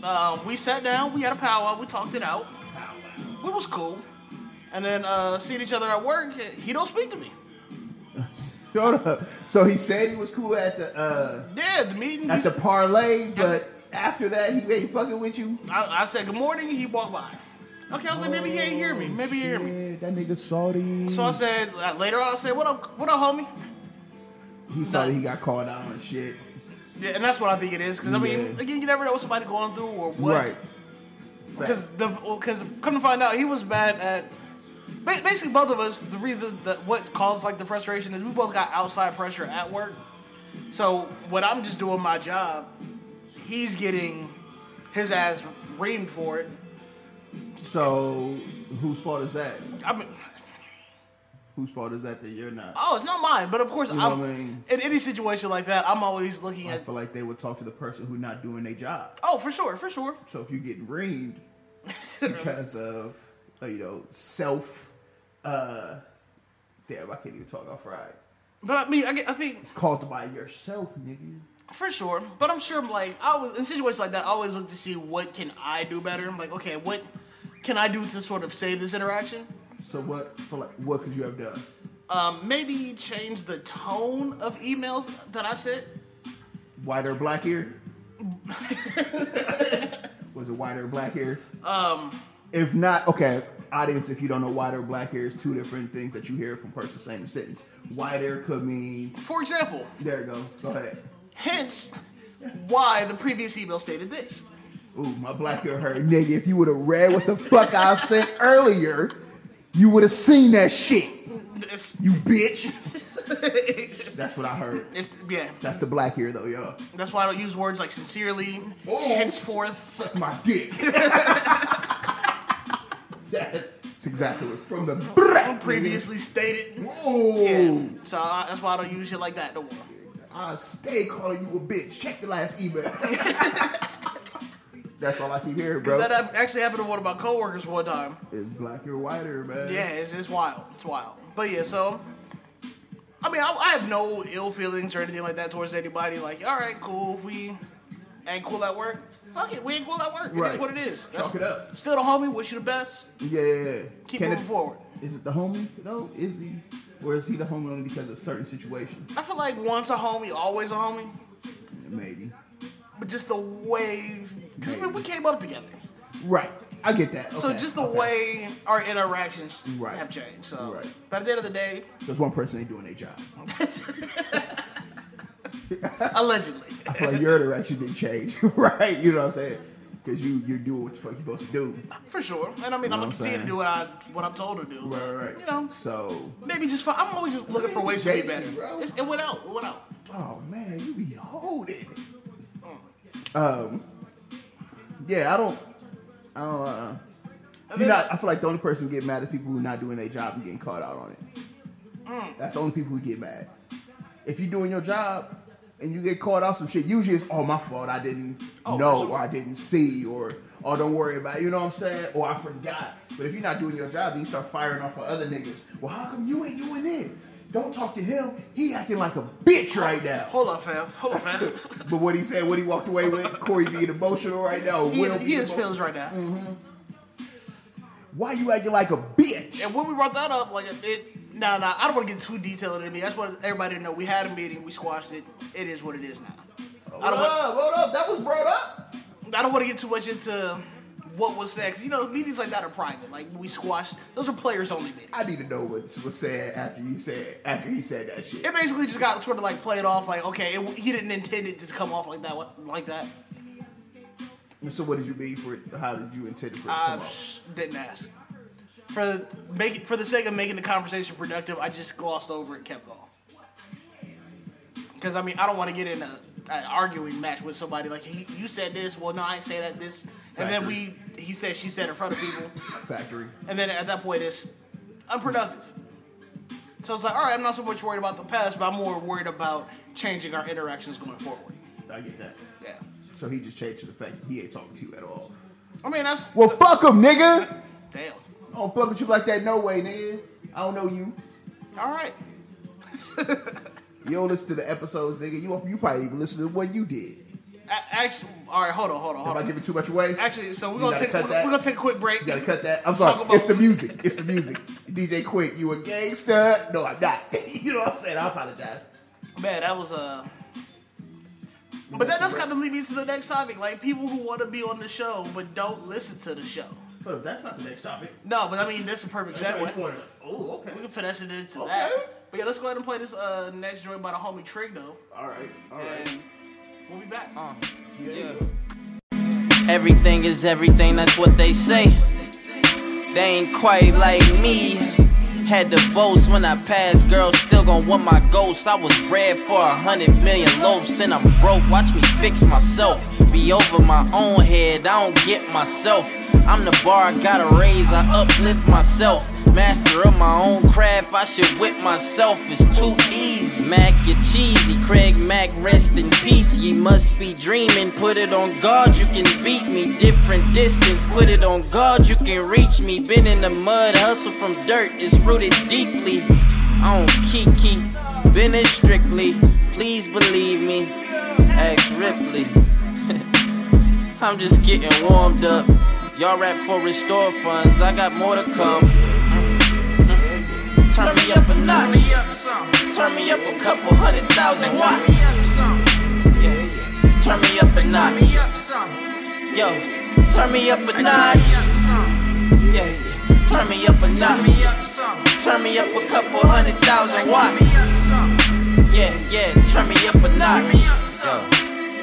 Speaker 3: um, we sat down, we had a powwow, we talked it out. It was cool. And then uh, seeing each other at work, he don't speak to me.
Speaker 1: Hold up. So he said he was cool at the uh,
Speaker 3: Yeah, the meeting.
Speaker 1: at
Speaker 3: we-
Speaker 1: the parlay, but after that he ain't fucking with you.
Speaker 3: I, I said good morning. He walked by. Okay, I was like, maybe he ain't hear me. Maybe he hear me.
Speaker 1: Shit, That nigga salty.
Speaker 3: So I said uh, later on, I said, "What up, what up, homie?"
Speaker 1: he salty. He got called out on shit.
Speaker 3: Yeah, and that's what I think it is. Because I mean,
Speaker 1: Yeah.
Speaker 3: again, you never know what somebody going through or what.
Speaker 1: Right.
Speaker 3: Because the because come to find out, he was mad at. ba- Basically, both of us. The reason that what caused like the frustration is we both got outside pressure at work. So when I'm just doing my job, he's getting his ass reamed for it.
Speaker 1: So whose fault is that?
Speaker 3: I mean,
Speaker 1: Whose fault is that that you're not?
Speaker 3: oh, it's not mine, but of course,
Speaker 1: know
Speaker 3: I'm,
Speaker 1: what I mean?
Speaker 3: in any situation like that, I'm always looking
Speaker 1: I
Speaker 3: at.
Speaker 1: feel like they would talk to the person who's not doing their job.
Speaker 3: Oh, for sure,
Speaker 1: *laughs*
Speaker 3: for sure.
Speaker 1: So if you get reamed because of uh, you know self, uh, damn, I can't even talk off right.
Speaker 3: But I mean, I, get- I think
Speaker 1: It's caused by yourself, nigga.
Speaker 3: For sure, but I'm sure. Like I always in situations like that, I always look to see what can I do better. I'm like, okay, what can I do to sort of save this interaction?
Speaker 1: So what? For like, what could you have done?
Speaker 3: Um, maybe change the tone of emails that I sent.
Speaker 1: Whiter black hair? was it whiter black hair? Um if not, okay, audience, if you don't know whiter black hair is two different things that you hear from person saying the sentence. Whiter could mean
Speaker 3: For example,
Speaker 1: there you go. Go ahead.
Speaker 3: hence why the previous email stated this.
Speaker 1: Ooh, my black hair hurt. Nigga, if you would have read what the fuck I said earlier, you would have seen that shit.
Speaker 3: *laughs* It's,
Speaker 1: You bitch. That's what I heard.
Speaker 3: it's yeah.
Speaker 1: That's the black hair though, y'all.
Speaker 3: That's why I don't use words like sincerely,
Speaker 1: Oh.
Speaker 3: henceforth.
Speaker 1: suck my dick. *laughs* That's exactly what from the
Speaker 3: Previously stated.
Speaker 1: Whoa!
Speaker 3: Yeah. So I, that's why I don't use shit like that no more.
Speaker 1: I stay calling you a bitch. Check the last
Speaker 3: *laughs*
Speaker 1: email. That's all I keep hearing, bro.
Speaker 3: That hap- actually happened to one of my coworkers one time.
Speaker 1: It's black or whiter, man.
Speaker 3: Yeah, it's, it's wild. It's wild. But yeah, so I mean, I, I have no ill feelings or anything like that towards anybody. Like, all right, cool. If we Ain't cool at work? Fuck it, we ain't cool at work. It is
Speaker 1: Right.
Speaker 3: what it is.
Speaker 1: Chalk it up.
Speaker 3: Still the homie, wish you the best.
Speaker 1: Yeah, yeah, yeah.
Speaker 3: Keep
Speaker 1: Can
Speaker 3: moving
Speaker 1: it-
Speaker 3: forward.
Speaker 1: Is it the homie though? Is he, or is he the homie only because of certain situations?
Speaker 3: I feel like once a homie, always a homie.
Speaker 1: Maybe.
Speaker 3: But just the way, because I mean, we came up together.
Speaker 1: Right. I get that.
Speaker 3: So
Speaker 1: Okay,
Speaker 3: just the
Speaker 1: okay.
Speaker 3: way our interactions
Speaker 1: Right.
Speaker 3: have changed. So,
Speaker 1: Right.
Speaker 3: but at the end of the day, *laughs*
Speaker 1: There's one person ain't doing their job.
Speaker 3: allegedly,
Speaker 1: I feel like your interaction didn't change, *laughs* right? You know what I'm saying? Because you you're doing what the fuck you supposed to do.
Speaker 3: for sure. And I mean, I'm
Speaker 1: what
Speaker 3: gonna
Speaker 1: I'm
Speaker 3: continue to
Speaker 1: saying?
Speaker 3: do what I what I'm told to do.
Speaker 1: Right, right, right.
Speaker 3: You know,
Speaker 1: So,
Speaker 3: maybe just for, I'm always just looking for ways to be
Speaker 1: Jason,
Speaker 3: better.
Speaker 1: bro.
Speaker 3: It's- It went out. It went out.
Speaker 1: oh man, you be holding. Um, yeah, I don't. I don't. Uh,
Speaker 3: And
Speaker 1: you
Speaker 3: then-
Speaker 1: know, I feel like the only person get mad is people who not doing their job and getting called out on it.
Speaker 3: Mm.
Speaker 1: That's the only people who get mad. If you're doing your job and you get called out some shit, usually it's oh my fault, I didn't
Speaker 3: Oh,
Speaker 1: know
Speaker 3: sure.
Speaker 1: or I didn't see or oh don't worry about it, you know what I'm saying? Or I forgot. But if you're not doing your job, then you start firing off of other niggas. Well, how come you ain't doing it? Don't talk to him. He acting like a bitch right now.
Speaker 3: Hold up, fam. Hold
Speaker 1: *laughs*
Speaker 3: up, fam.
Speaker 1: But what he said, what he walked away with, Corey being emotional right now.
Speaker 3: he
Speaker 1: Will Mm-hmm.
Speaker 3: he
Speaker 1: being
Speaker 3: is
Speaker 1: emo-
Speaker 3: feelings right now.
Speaker 1: Why you acting like a bitch?
Speaker 3: And when we brought that up, like it- it, nah, nah, I don't want to get too detailed into me. That's what everybody to know. We had a meeting, we squashed it. It is what it is now. I
Speaker 1: Hold
Speaker 3: don't want,
Speaker 1: up, hold up. That was brought up.
Speaker 3: I don't want to get too much into what was sex. You know, meetings like that are private. Like we squashed. Those are players only meetings.
Speaker 1: I need to know what was said after you said after he said that shit.
Speaker 3: It basically just got sort of like played off. Like okay, it, he didn't intend it to come off like that. what- Like that.
Speaker 1: So what did you mean for it? How did you intend it for it to
Speaker 3: I
Speaker 1: come off?
Speaker 3: didn't ask. For make for the sake of making the conversation productive, I just glossed over it, kept going. Because I mean, I don't want to get in a, an arguing match with somebody. Like he, you said this, well, no, I didn't say that. This, and then we, he said, she said in front of people,
Speaker 1: Factory.
Speaker 3: and then at that point, it's unproductive. So it's like, all right, I'm not so much worried about the past, but I'm more worried about changing our interactions going forward.
Speaker 1: I get that.
Speaker 3: Yeah.
Speaker 1: So he just changed to the fact that he ain't talking to you at all.
Speaker 3: I mean, that's
Speaker 1: Well, fuck him, nigga.
Speaker 3: damn.
Speaker 1: I don't fuck with you like that. No way, nigga. I don't know you.
Speaker 3: All right.
Speaker 1: You don't listen to the episodes, nigga. You you probably even listen to what you did.
Speaker 3: A- actually, all right, hold on, hold on,
Speaker 1: Am
Speaker 3: hold
Speaker 1: I
Speaker 3: on.
Speaker 1: giving too much away?
Speaker 3: Actually, so we're
Speaker 1: You
Speaker 3: gonna
Speaker 1: gotta
Speaker 3: take
Speaker 1: cut
Speaker 3: we're,
Speaker 1: that.
Speaker 3: we're gonna take a quick break.
Speaker 1: You gotta cut that. I'm
Speaker 3: Let's
Speaker 1: sorry.
Speaker 3: talk about
Speaker 1: It's the
Speaker 3: what-
Speaker 1: music. It's the music. *laughs* DJ Quick, you a gangster? No, I'm not. *laughs* you know what I'm saying? I apologize.
Speaker 3: Man, that was uh But that does kind of lead me to the next topic. Like people who want to be on the show but don't listen to the show.
Speaker 1: But that's not the next topic.
Speaker 3: No, but I mean that's a perfect example.
Speaker 1: Oh, okay.
Speaker 3: We can finesse it into
Speaker 1: Okay.
Speaker 3: that. But yeah, let's go ahead and play this uh next joint by the homie Trigno.
Speaker 1: All right. All
Speaker 3: And we'll be back.
Speaker 7: Everything is everything, that's what they say. They ain't quite like me. Had to boast when I passed, girls still gon' want my ghost. I was bred for a hundred million loaves, and I'm broke. Watch me fix myself. Be over my own head, I don't get myself. I'm the bar, I gotta raise, I uplift myself. Master of my own craft, I should whip myself. It's too easy. Mac, you're cheesy. Craig Mac, rest in peace. Ye must be dreaming. Put it on guard, you can beat me. Different distance, put it on guard, you can reach me. Been in the mud, hustle from dirt, it's rooted deeply. On Kiki, been it strictly. Please believe me. Ask Ripley. *laughs* I'm just getting warmed up. Y'all rap for restore funds. I got more to come. Mm-hmm. Turn me up a notch. Turn me up a couple hundred thousand watts. Yeah. Turn me up a notch. Yo, turn me up a notch. Yeah. Turn me up a notch. Turn me up a couple hundred thousand watts. Yeah, yeah, turn me up a notch.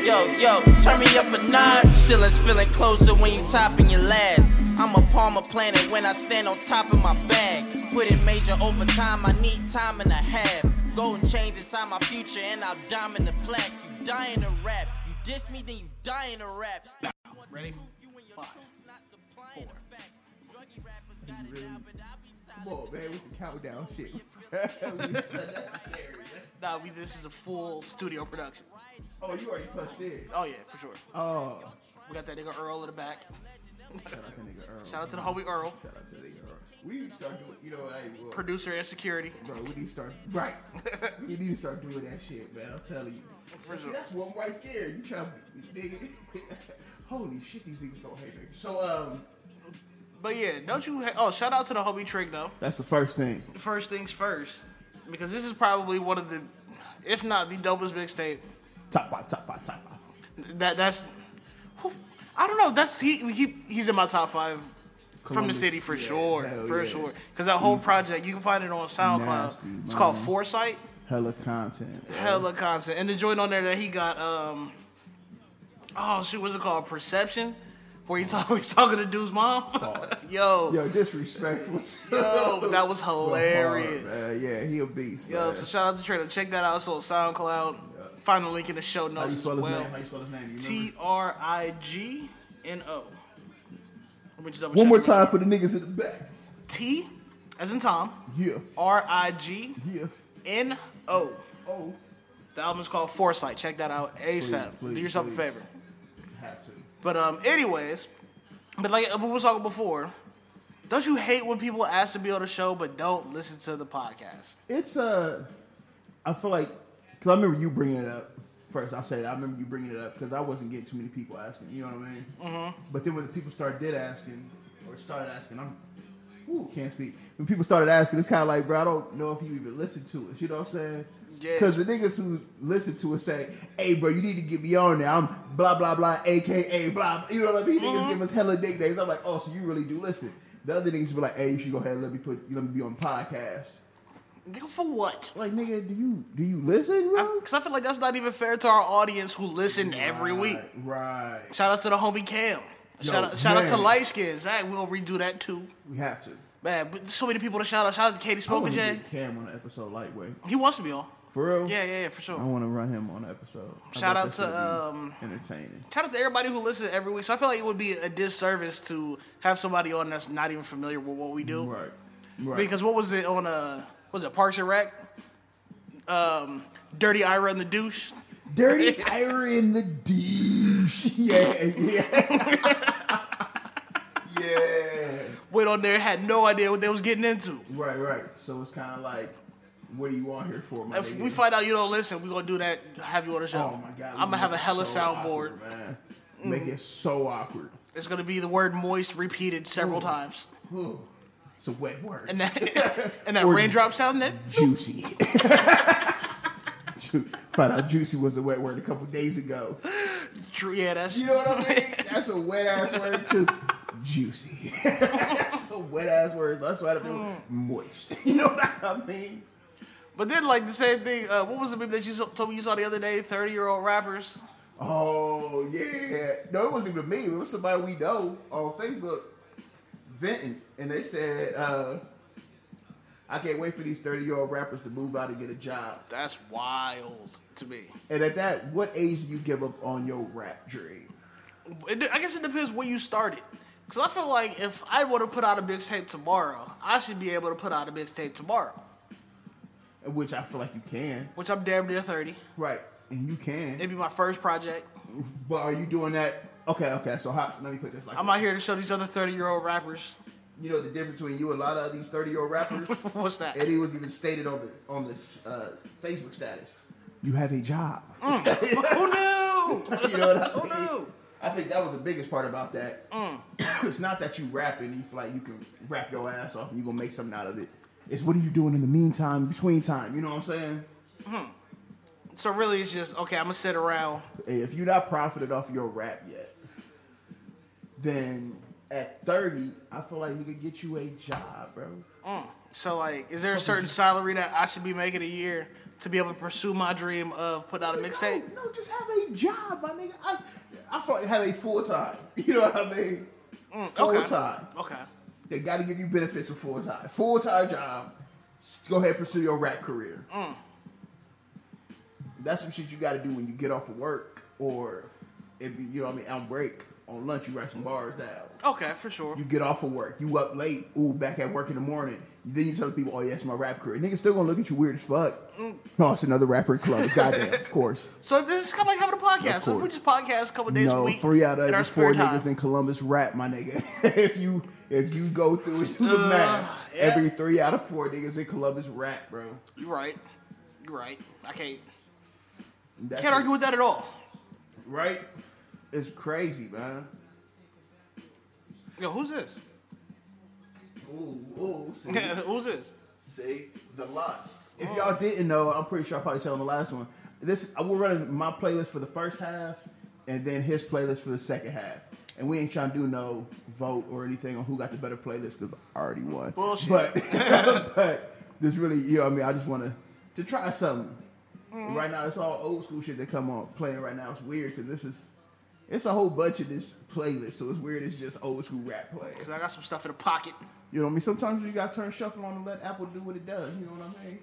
Speaker 7: Yo, yo, turn me up a notch. Feelings feeling closer when you topping your last. I'm a palmer planet when I stand on top of my bag. Put it major over time, I need time and a half. Golden chains inside my future, and I'll diamond the plaques. You dying to rap. You diss me, then you dying to rap.
Speaker 3: Ready? Five.
Speaker 1: Come on, man, with the countdown shit. *laughs* It's unnecessary, man.
Speaker 3: Nah, we this is a full studio production.
Speaker 1: oh, you already punched in.
Speaker 3: Oh yeah, for sure.
Speaker 1: Oh,
Speaker 3: We got that nigga Earl in the back.
Speaker 1: shout out to nigga Earl.
Speaker 3: Shout out to the homie Earl.
Speaker 1: Shout out to nigga Earl. We need to start doing, you know, like, well,
Speaker 3: Producer and security.
Speaker 1: bro, we need to start,
Speaker 3: *laughs*
Speaker 1: right. we need to start doing that shit, man. I'm telling you. See,
Speaker 3: sure.
Speaker 1: that's one right there. You trying to, nigga. *laughs* Holy shit, these niggas don't hate me. So, um,
Speaker 3: But yeah, don't you? Ha- oh, shout out to the homie Trig though.
Speaker 1: that's the first thing.
Speaker 3: First things first, because this is probably one of the, if not the dopest mixtape.
Speaker 1: Top five, top five, top five.
Speaker 3: That that's, who- I don't know. That's he he he's in my top five. From the
Speaker 1: Columbus.
Speaker 3: city for
Speaker 1: Yeah,
Speaker 3: sure,
Speaker 1: hell
Speaker 3: for
Speaker 1: yeah.
Speaker 3: sure. Because that whole project, you can find it on SoundCloud.
Speaker 1: Nasty,
Speaker 3: it's called
Speaker 1: man.
Speaker 3: Foresight.
Speaker 1: Hella content. bro.
Speaker 3: hella constant. And the joint on there that he got, um, oh shoot, what's it called? Perception, where he talk, *laughs* he's talking to dude's mom. *laughs* yo, yo,
Speaker 1: Yo, disrespectful.
Speaker 3: but
Speaker 1: *laughs*
Speaker 3: that was
Speaker 1: hilarious.
Speaker 3: hilarious.
Speaker 1: yeah, he a beast.
Speaker 3: yo,
Speaker 1: man.
Speaker 3: so shout out to Trader. Check that out. So SoundCloud. Find the link in the show
Speaker 1: How you
Speaker 3: notes as
Speaker 1: spell his name?
Speaker 3: well.
Speaker 1: How you spell his name? You remember?
Speaker 3: T R I G N O. Let me just double
Speaker 1: One
Speaker 3: check.
Speaker 1: more time for the niggas in the back.
Speaker 3: T, as in Tom.
Speaker 1: Yeah,
Speaker 3: R I G
Speaker 1: yeah.
Speaker 3: N O.
Speaker 1: Oh,
Speaker 3: The album's called Foresight. Check that out ASAP.
Speaker 1: please,
Speaker 3: Do yourself
Speaker 1: please.
Speaker 3: a favor.
Speaker 1: have to.
Speaker 3: But um, anyways, but like we were talking before, don't you hate when people ask to be on the show but don't listen to the podcast?
Speaker 1: it's uh, I feel like because I remember you bringing it up first. I say that I remember you bringing it up because I wasn't getting too many people asking. You know what I mean? But then when the people started did asking or started asking, I'm ooh, can't speak. When people started asking, it's kind of like, bro, I don't know if you even listen to us. You know what I'm saying?
Speaker 3: Yes.
Speaker 1: Because the niggas who listen to us say, hey, bro, you need to get me on there. I'm blah, blah, blah, AKA, blah. blah." You know what I mean? Niggas give us hella nicknames. I'm like, oh, so you really do listen. The other niggas be like, hey, you should go ahead and let me put, let me be on the podcast.
Speaker 3: Nigga, for what?
Speaker 1: Like nigga, do you do you listen, bro?
Speaker 3: Because I feel like that's not even fair to our audience who listen every week.
Speaker 1: Right.
Speaker 3: Shout out to the homie Cam.
Speaker 1: Yo,
Speaker 3: shout out, shout out to
Speaker 1: man.
Speaker 3: Light Skins. Zach, we'll redo that too.
Speaker 1: We have to.
Speaker 3: Man, but there's so many people to shout out. Shout out to Katie
Speaker 1: I want to
Speaker 3: Smoker J.
Speaker 1: get Cam on an episode lightweight.
Speaker 3: He wants to be on.
Speaker 1: For real?
Speaker 3: Yeah, yeah, yeah, for
Speaker 1: I
Speaker 3: sure.
Speaker 1: want to run him on an episode. I
Speaker 3: Shout
Speaker 1: bet
Speaker 3: out
Speaker 1: that's
Speaker 3: to,
Speaker 1: gonna be
Speaker 3: um,
Speaker 1: entertaining.
Speaker 3: Shout out to everybody who listens every week. So I feel like it would be a disservice to have somebody on that's not even familiar with what we do.
Speaker 1: Right. Right.
Speaker 3: Because what was it on uh was it Parks and Rec? Um, Dirty Ira and the douche. *laughs*
Speaker 1: dirty Ira in the douche. *laughs* Yeah, yeah.
Speaker 3: *laughs*
Speaker 1: yeah.
Speaker 3: Went on there, had no idea what they was getting into.
Speaker 1: Right, right. So it's kind of like, what are you on here for, my
Speaker 3: If
Speaker 1: nigga?
Speaker 3: we find out you don't listen, we gonna do that. Have you on the show?
Speaker 1: oh my god,
Speaker 3: I'm gonna have a
Speaker 1: make it
Speaker 3: hella
Speaker 1: so
Speaker 3: soundboard. Mm.
Speaker 1: awkward, man. Make it so awkward.
Speaker 3: It's gonna be the word moist repeated several times,
Speaker 1: Ugh. It's a wet word. *laughs*
Speaker 3: and that and that raindrop sound. That
Speaker 1: juicy. *laughs* Ju- Found out juicy was a wet word a couple days ago.
Speaker 3: yeah, that's
Speaker 1: You know what I mean? That's a wet ass word too. Juicy. *laughs* That's a wet ass word. That's why I do moist. *laughs* You know what I mean?
Speaker 3: But then like the same thing. Uh, what was the meme that you so- told me you saw the other day? Thirty year old rappers.
Speaker 1: Oh yeah. No, it wasn't even me. It was somebody we know on Facebook venting, and they said, uh, "I can't wait for these thirty-year-old rappers to move out and get a job."
Speaker 3: That's wild to me.
Speaker 1: And at that, what age do you give up on your rap dream?
Speaker 3: It, de- I guess it depends where you started. Because I feel like if I were to put out a mixtape tomorrow, I should be able to put out a mixtape tomorrow,
Speaker 1: Which I feel like you can.
Speaker 3: which I'm damn near 30.
Speaker 1: Right. And you can.
Speaker 3: It'd be my first project.
Speaker 1: But are you doing that? Okay, okay. So how, let me put this like
Speaker 3: I'm out here to show these other 30 year old rappers.
Speaker 1: You know the difference between you and a lot of these 30 year old rappers?
Speaker 3: *laughs* What's that?
Speaker 1: and it was even stated on the on the uh, Facebook status. You have a job. *laughs*
Speaker 3: Who knew? Mm.
Speaker 1: you know
Speaker 3: *laughs*
Speaker 1: what I mean?
Speaker 3: no.
Speaker 1: I think that was the biggest part about that. *coughs* it's not that you rapping, you feel like you can rap your ass off and you're gonna make something out of it. It's what are you doing in the meantime, between time, you know what I'm saying?
Speaker 3: So really, it's just, okay, I'm going to sit around.
Speaker 1: if you're not profited off your rap yet, then at 30, I feel like you could get you a job, bro.
Speaker 3: So, like, is there a certain salary that I should be making a year to be able to pursue my dream of putting out a mixtape?
Speaker 1: No, no, just have a job, my nigga. I, I feel like have a full time. *laughs* You know what I mean? full
Speaker 3: Mm, okay.
Speaker 1: time.
Speaker 3: Okay.
Speaker 1: They got to give you benefits for full time. Full time job. S- Go ahead and pursue your rap career.
Speaker 3: Mm.
Speaker 1: That's some shit you got to do when you get off of work or it be you know what I mean on break. on lunch, you write some bars down.
Speaker 3: Okay, for sure.
Speaker 1: You get off of work. You up late. Ooh, back at work in the morning. Then you tell the people, oh, yeah, it's my rap career. Niggas still gonna look at you weird as fuck.
Speaker 3: Mm.
Speaker 1: No, it's another rapper in clubs. Goddamn, of
Speaker 3: *laughs*
Speaker 1: course.
Speaker 3: So this is kind of like having a podcast.
Speaker 1: Of
Speaker 3: So if we
Speaker 1: course.
Speaker 3: just podcast a couple days a
Speaker 1: No,
Speaker 3: week.
Speaker 1: three out of
Speaker 3: in our
Speaker 1: every
Speaker 3: spare
Speaker 1: four
Speaker 3: time.
Speaker 1: niggas in Columbus rap, my nigga. *laughs* if you if you go through and do the
Speaker 3: Uh,
Speaker 1: math, every three out of four niggas in Columbus rap, bro.
Speaker 3: You're right. You're right. I can't
Speaker 1: That's
Speaker 3: can't
Speaker 1: it,
Speaker 3: argue with that at all.
Speaker 1: right? It's crazy, man.
Speaker 3: Yo, who's this? *laughs*
Speaker 1: Ooh, ooh, see,
Speaker 3: who's this?
Speaker 1: see the lots. If y'all didn't know, I'm pretty sure I probably said on the last one. This I will run my playlist for the first half, and then his playlist for the second half. And we ain't trying to do no vote or anything on who got the better playlist because I already won.
Speaker 3: Bullshit.
Speaker 1: But *laughs* but this really, you know, what I mean, I just want to to try something. Right now, it's all old school shit that come on playing right now. It's weird because this is. It's a whole bunch of this playlist, so it's weird. It's just old school rap playing.
Speaker 3: Because I got some stuff in the pocket.
Speaker 1: You know what I mean? Sometimes you gotta turn shuffle on and let Apple do what it does. You know what I mean?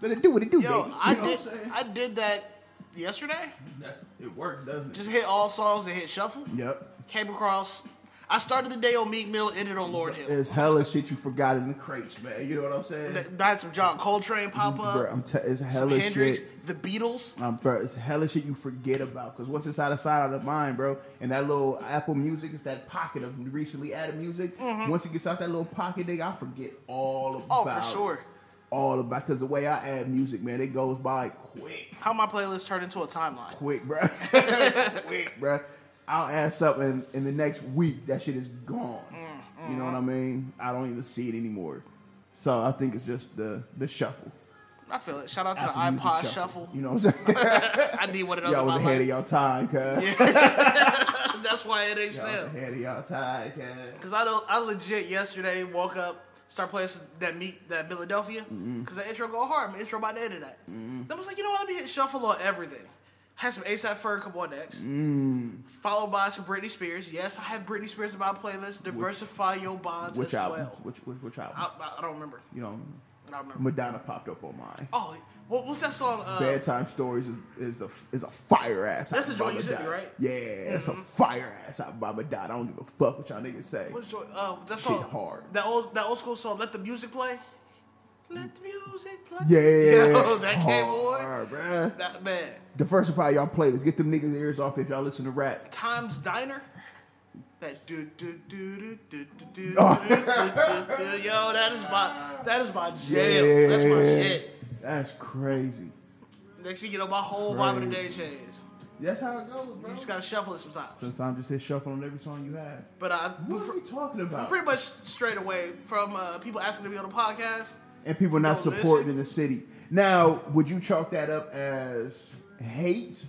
Speaker 1: Let it do what it do,
Speaker 3: Yo,
Speaker 1: baby. You
Speaker 3: I
Speaker 1: know what I'm
Speaker 3: did
Speaker 1: saying?
Speaker 3: I did that yesterday.
Speaker 1: That's, it works, doesn't it?
Speaker 3: Just hit all songs and hit shuffle.
Speaker 1: yep.
Speaker 3: Came across. I started the day on Meek Mill, ended on Lord Hill.
Speaker 1: It's hella shit you forgot in the crates, man. You know what I'm saying?
Speaker 3: Th- I had some John Coltrane pop up.
Speaker 1: Bruh, I'm t- it's
Speaker 3: some
Speaker 1: hella
Speaker 3: Hendrix,
Speaker 1: shit.
Speaker 3: the Beatles.
Speaker 1: Um, bro, it's hella shit you forget about because once it's out of sight, out of mind, bro. And that little Apple Music is that pocket of recently added music. Once it gets out that little pocket, nigga, I forget all
Speaker 3: Oh,
Speaker 1: about.
Speaker 3: for
Speaker 1: it.
Speaker 3: sure.
Speaker 1: All about because the way I add music, man, it goes by quick.
Speaker 3: How my playlist turned into a timeline.
Speaker 1: quick, bro. *laughs* quick, bro. I'll add something in the next week. That shit is gone.
Speaker 3: Mm,
Speaker 1: You know what I mean? I don't even see it anymore. So I think it's just the the shuffle.
Speaker 3: I feel it. Shout out to the
Speaker 1: Apple Music
Speaker 3: iPod shuffle.
Speaker 1: You know what I'm
Speaker 3: *laughs*
Speaker 1: saying?
Speaker 3: I need one of
Speaker 1: *laughs*
Speaker 3: those.
Speaker 1: y'all
Speaker 3: in
Speaker 1: was
Speaker 3: my
Speaker 1: ahead
Speaker 3: life.
Speaker 1: of y'all time, cuz.
Speaker 3: That's why it ain't
Speaker 1: Y'all
Speaker 3: sell.
Speaker 1: was ahead of y'all time, cuz.
Speaker 3: Cause I don't, I legit yesterday woke up, start playing some- that meet that Philadelphia, cause the intro go hard. My intro by the end of that. Then I was like, you know what? Let me hit shuffle on everything. Had some ASAP Ferg come on next,
Speaker 1: Mm.
Speaker 3: followed by some Britney Spears. Yes, I have Britney Spears in my playlist. Diversify your bonds
Speaker 1: Which
Speaker 3: as
Speaker 1: album?
Speaker 3: well.
Speaker 1: Which, which which album?
Speaker 3: I, I, I don't remember.
Speaker 1: you know,
Speaker 3: I don't remember.
Speaker 1: Madonna popped up on mine.
Speaker 3: Oh, what, what's that song? Uh,
Speaker 1: Bedtime Stories is, is a is a fire ass.
Speaker 3: That's the
Speaker 1: album
Speaker 3: joint
Speaker 1: by
Speaker 3: you sent me,
Speaker 1: Madonna.
Speaker 3: right? Mm-hmm.
Speaker 1: Yeah, it's a fire ass album by Madonna. I don't give a fuck what y'all niggas say.
Speaker 3: What's your, uh, that
Speaker 1: Shit
Speaker 3: song?
Speaker 1: hard.
Speaker 3: That old that old school song. Let the music play. Let the music play.
Speaker 1: Yeah,
Speaker 3: *laughs* Yo, that came on.
Speaker 1: hard, bruh.
Speaker 3: That man.
Speaker 1: Diversify y'all playlist. Get them niggas ears off if y'all listen to rap.
Speaker 3: Times Diner. That do do do do do do do do
Speaker 1: Oh.
Speaker 3: do, do, do. Yo, that is my that is my jam.
Speaker 1: Yeah.
Speaker 3: That's my shit.
Speaker 1: That's crazy.
Speaker 3: Next thing you know, my whole vibe of the day
Speaker 1: Crazy.
Speaker 3: changed.
Speaker 1: That's how it goes,
Speaker 3: You
Speaker 1: bro.
Speaker 3: just gotta shuffle it sometimes.
Speaker 1: Sometimes just hit shuffle on every song you have.
Speaker 3: But I we
Speaker 1: What are
Speaker 3: pr-
Speaker 1: we talking about?
Speaker 3: pretty much straight away from uh, people asking to be on the podcast.
Speaker 1: And people not
Speaker 3: Don't listen.
Speaker 1: supporting in the city. Now, would you chalk that up as hate?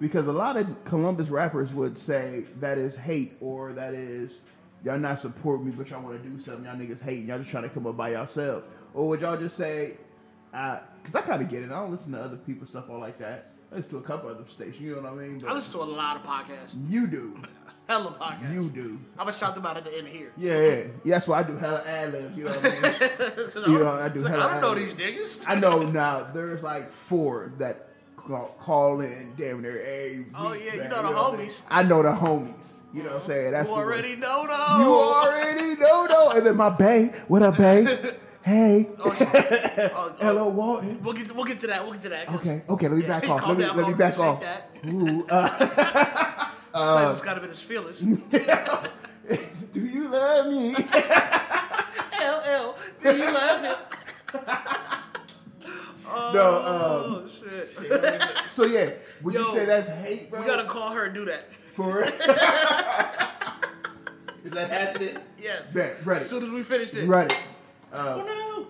Speaker 1: Because a lot of Columbus rappers would say that is hate or that is y'all not support me, but y'all want to do something. Y'all niggas hating. Y'all just trying to come up by yourselves. Or would y'all just say, because I kind of get it. I don't listen to other people's stuff all like that. I listen to a couple other stations. You know what I mean?
Speaker 3: I
Speaker 1: But
Speaker 3: listen to a lot of podcasts.
Speaker 1: you
Speaker 3: *laughs*
Speaker 1: do.
Speaker 3: Hella podcasts.
Speaker 1: You do.
Speaker 3: I'm gonna shout them out at the end here.
Speaker 1: Yeah, yeah. That's why I do hella ad libs. You know what I mean?
Speaker 3: 'Cause
Speaker 1: You know, I do
Speaker 3: it's like,
Speaker 1: hella
Speaker 3: I don't know
Speaker 1: ad-libs.
Speaker 3: these niggas.
Speaker 1: I know now. There's like four that call, call in damn near every week.
Speaker 3: Oh, yeah, you
Speaker 1: man,
Speaker 3: know the
Speaker 1: what I mean?
Speaker 3: homies. Uh-huh.
Speaker 1: I know the homies. You know what I'm saying? That's
Speaker 3: you
Speaker 1: the one.
Speaker 3: already know though.
Speaker 1: You already know though. And then my bae, what up, bae?
Speaker 3: *laughs*
Speaker 1: hey,
Speaker 3: Oh, oh,
Speaker 1: hello, Walton.
Speaker 3: We'll get to, we'll get to that. We'll get to that. 'cause-
Speaker 1: Okay, okay, let me back
Speaker 3: *laughs* Calm
Speaker 1: off. Let me
Speaker 3: down,
Speaker 1: let me
Speaker 3: Paul.
Speaker 1: back off.
Speaker 3: Appreciate That. *laughs*
Speaker 1: Ooh, uh,
Speaker 3: Clayton's gotta be his
Speaker 1: *laughs*
Speaker 3: feelings.
Speaker 1: do you love
Speaker 3: *laughs*
Speaker 1: me?
Speaker 3: LL,
Speaker 1: Uh,
Speaker 3: do you love it?
Speaker 1: no. Um,
Speaker 3: Oh shit.
Speaker 1: so yeah, would you
Speaker 3: Yo,
Speaker 1: say that's hate, bro?
Speaker 3: We gotta call her and do that. *laughs*
Speaker 1: For real? *laughs* Is that happening?
Speaker 3: Yes.
Speaker 1: Bet, ready.
Speaker 3: As soon as we finish this.
Speaker 1: Ready. Uh,
Speaker 3: Oh,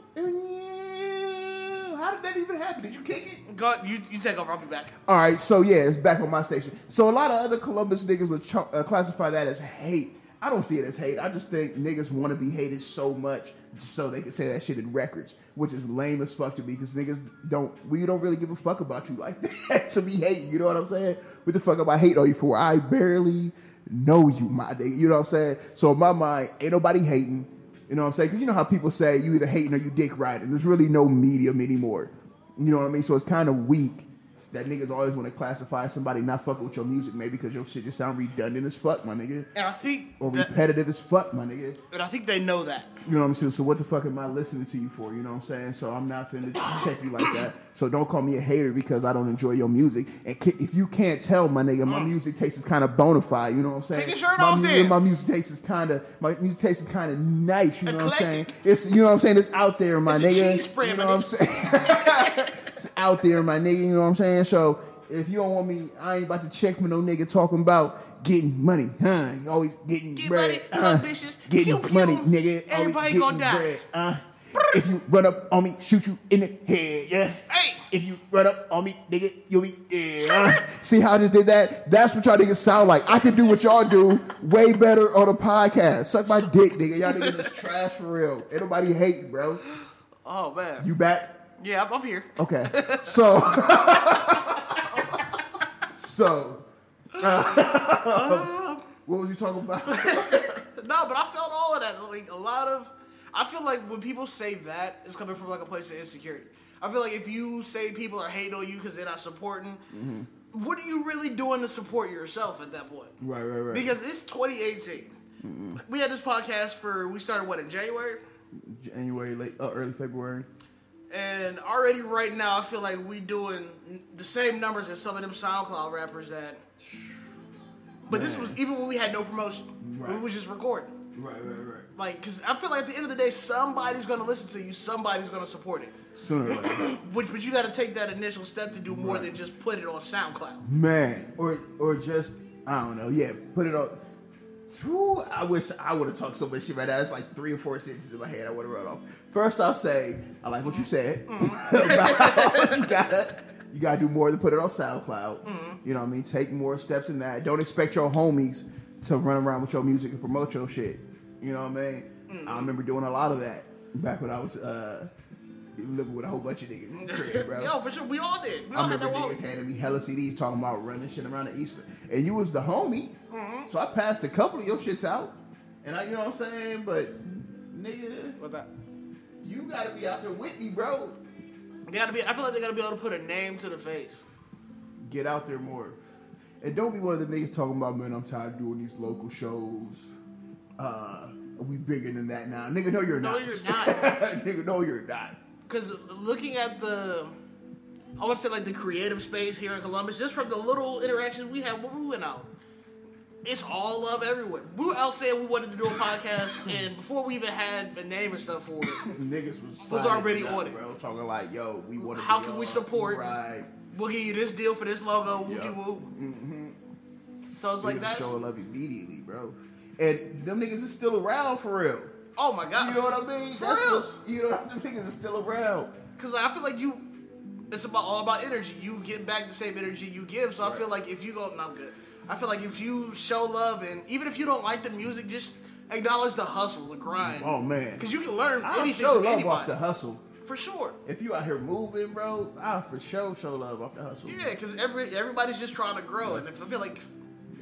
Speaker 1: How did that even happen? Did you kick it?
Speaker 3: no. God, you you take over. I'll be back.
Speaker 1: All right, so yeah, it's back on my station. So a lot of other Columbus niggas would ch- uh, classify that as hate. I don't see it as hate. I just think niggas want to be hated so much so they can say that shit in records, which is lame as fuck to me because niggas don't we don't really give a fuck about you like *laughs* that to be hating. You know what I'm saying? What the fuck am I hating on you for? I barely know you, my nigga. You know what I'm saying? So in my mind, ain't nobody hating. You know what I'm saying? Because you know how people say you either hating or you dick riding. There's really no medium anymore. You know what I mean? So it's kind of weak that niggas always want to classify somebody not fucking with your music, maybe because your shit just sound redundant as fuck, my nigga,
Speaker 3: And I think
Speaker 1: or
Speaker 3: that-
Speaker 1: repetitive as fuck, my nigga.
Speaker 3: and I think they know that.
Speaker 1: You know what I'm saying? So what the fuck am I listening to you for? You know what I'm saying? So I'm not finna check you like that. So don't call me a hater because I don't enjoy your music. And ki- if you can't tell, my nigga, my music taste is kind of bona fide. You know what I'm saying?
Speaker 3: Mm. Take your shirt
Speaker 1: my,
Speaker 3: off
Speaker 1: mu-
Speaker 3: then.
Speaker 1: My music taste is kind of my music taste is kind of nice. You know what I'm saying?
Speaker 3: Eclectic.
Speaker 1: It's you know what I'm saying? It's out there, my
Speaker 3: It's a
Speaker 1: nigga.
Speaker 3: cheese spread,
Speaker 1: you
Speaker 3: my
Speaker 1: know what I'm
Speaker 3: nigga.
Speaker 1: saying? *laughs* it's out there, my nigga. You know what I'm saying? So if you don't want me, I ain't about to check for no nigga talking about getting money, huh? You always getting
Speaker 3: Get
Speaker 1: bread,
Speaker 3: money,
Speaker 1: huh?
Speaker 3: fuck bitches,
Speaker 1: getting
Speaker 3: pew, pew.
Speaker 1: money, nigga. Always
Speaker 3: Everybody
Speaker 1: getting
Speaker 3: gonna die.
Speaker 1: bread, uh. If you run up on me, shoot you in the head, yeah.
Speaker 3: Hey.
Speaker 1: If you run up on me, nigga, you'll be dead. uh. See how I just did that? That's what y'all niggas sound like. I can do what y'all do way better on a podcast. Suck my dick, nigga. Y'all niggas is trash for real. Ain't nobody hating, bro.
Speaker 3: Oh man.
Speaker 1: You back?
Speaker 3: yeah, I'm, I'm here.
Speaker 1: Okay. So. *laughs* so. *laughs* uh, what was he talking about? *laughs*
Speaker 3: No, but I felt all of that. Like a lot of, I feel like when people say that, it's coming from like a place of insecurity. I feel like if you say people are hating on you because they're not supporting,
Speaker 1: Mm-hmm.
Speaker 3: what are you really doing to support yourself at that point?
Speaker 1: Right, right, Mm-hmm. right.
Speaker 3: Because it's 2018. We had this podcast for we started what in January,
Speaker 1: January, late, uh, early February.
Speaker 3: and already right now I feel like we doing the same numbers as some of them SoundCloud rappers that. But this was even when we had no promotion. We
Speaker 1: Right.
Speaker 3: was just recording.
Speaker 1: Right, right, right.
Speaker 3: Like, because I feel like at the end of the day, somebody's going to listen to you, somebody's going to support it.
Speaker 1: Sooner or later.
Speaker 3: But, but you got to take that initial step to do more than just put it on SoundCloud.
Speaker 1: Man. Or or just, I don't know. Yeah, put it on. Whew, I wish I would have talked so much shit right now. It's like three or four sentences in my head I would have run off. First, I'll say I like what you said. *laughs* about you gotta you gotta do more than put it on SoundCloud. You know what I mean? Take more steps in that. Don't expect your homies to run around with your music and promote your shit. You know what I mean? I remember doing a lot of that back when I was uh, living with a whole bunch of niggas in the crib, bro.
Speaker 3: Yo, for sure. We all did. We
Speaker 1: I
Speaker 3: all had
Speaker 1: remember
Speaker 3: that wall.
Speaker 1: niggas handing me hella CDs talking about running shit around the Easter. And you was the homie.
Speaker 3: Mm-hmm.
Speaker 1: So I passed a couple of your shits out. And I, you know what I'm saying? But, nigga,
Speaker 3: What that?
Speaker 1: you gotta be out there with me, bro.
Speaker 3: They gotta be, I feel like they got to be able to put a name to the face.
Speaker 1: Get out there more. And don't be one of the niggas talking about, man, I'm tired of doing these local shows. Uh, we bigger than that now. Nigga, no, you're
Speaker 3: No,
Speaker 1: not. *laughs*
Speaker 3: you're not.
Speaker 1: nigga, no, you're not.
Speaker 3: Because looking at the, I want to say like the creative space here in Columbus, just from the little interactions we had when we went out, it's all love everywhere. We were out saying we wanted to do a podcast, and before we even had a name and stuff for it,
Speaker 1: Niggas was,
Speaker 3: Was already
Speaker 1: signing up,
Speaker 3: on it.
Speaker 1: Bro, talking like, yo, we want to
Speaker 3: How can we support?
Speaker 1: Right.
Speaker 3: We'll give you this deal for this logo. Woo
Speaker 1: Yeah.
Speaker 3: woo. So it's like
Speaker 1: niggas
Speaker 3: that's
Speaker 1: show love immediately, bro. And them niggas is still around for real.
Speaker 3: oh my god.
Speaker 1: You know what I mean?
Speaker 3: For real.
Speaker 1: what's- you know *laughs* them niggas is still around.
Speaker 3: Because I feel like you, it's about all about energy. You get back the same energy you give. So I feel like if you go, no, I'm good. I feel like if you show love and even if you don't like the music, just acknowledge the hustle, the grind.
Speaker 1: Oh man.
Speaker 3: Because you can learn
Speaker 1: I'll
Speaker 3: anything
Speaker 1: show
Speaker 3: from
Speaker 1: love
Speaker 3: anybody.
Speaker 1: off the hustle.
Speaker 3: for sure.
Speaker 1: If you out here moving, bro, I for sure show love off the hustle.
Speaker 3: Yeah, because every everybody's just trying to grow, and if I feel like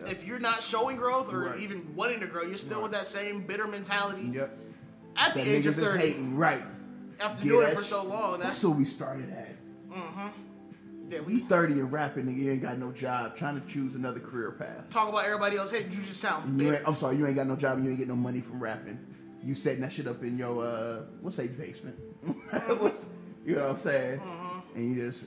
Speaker 3: if you're not showing growth or
Speaker 1: Right.
Speaker 3: even wanting to grow, you're still
Speaker 1: Right.
Speaker 3: with that same bitter mentality.
Speaker 1: Yep.
Speaker 3: At the
Speaker 1: That
Speaker 3: age
Speaker 1: niggas
Speaker 3: of
Speaker 1: is
Speaker 3: thirty,
Speaker 1: hating, right?
Speaker 3: after
Speaker 1: Get
Speaker 3: doing it
Speaker 1: that
Speaker 3: for
Speaker 1: sh-
Speaker 3: so long, that's
Speaker 1: That's what we started at.
Speaker 3: Yeah, we
Speaker 1: You thirty and rapping, nigga, you ain't got no job. Trying to choose another career path.
Speaker 3: talk about everybody else. Hey, you just sound
Speaker 1: You
Speaker 3: big.
Speaker 1: ain't, I'm sorry, you ain't got no job and you ain't get no money from rapping. You setting that shit up in your uh what's say basement. *laughs* What's- you know what I'm saying? And you just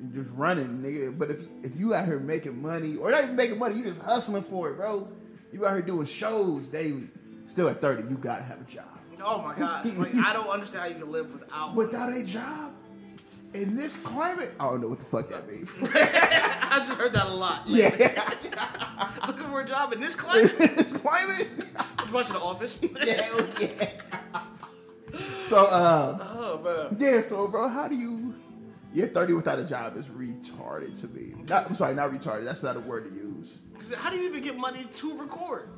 Speaker 1: you just running, nigga. But if if you out here making money, or not even making money, you just hustling for it, bro. You out here doing shows daily. Still at 30, you gotta have a job.
Speaker 3: Oh my gosh, like I don't understand how you can live without. one.
Speaker 1: Without a job in this climate, I don't know what the fuck that means.
Speaker 3: *laughs*
Speaker 1: *laughs*
Speaker 3: I just heard that a lot. *laughs* Like,
Speaker 1: yeah, *laughs*
Speaker 3: Looking for a job in this climate?
Speaker 1: this climate.
Speaker 3: I was watching The Office. *laughs*
Speaker 1: Hell yeah. So uh
Speaker 3: oh man.
Speaker 1: Yeah, so bro, how do you? Yeah, thirty without a job is retarded to me. Not, I'm sorry, not retarded. That's not a word to use.
Speaker 3: 'Cause how do you even get money to record?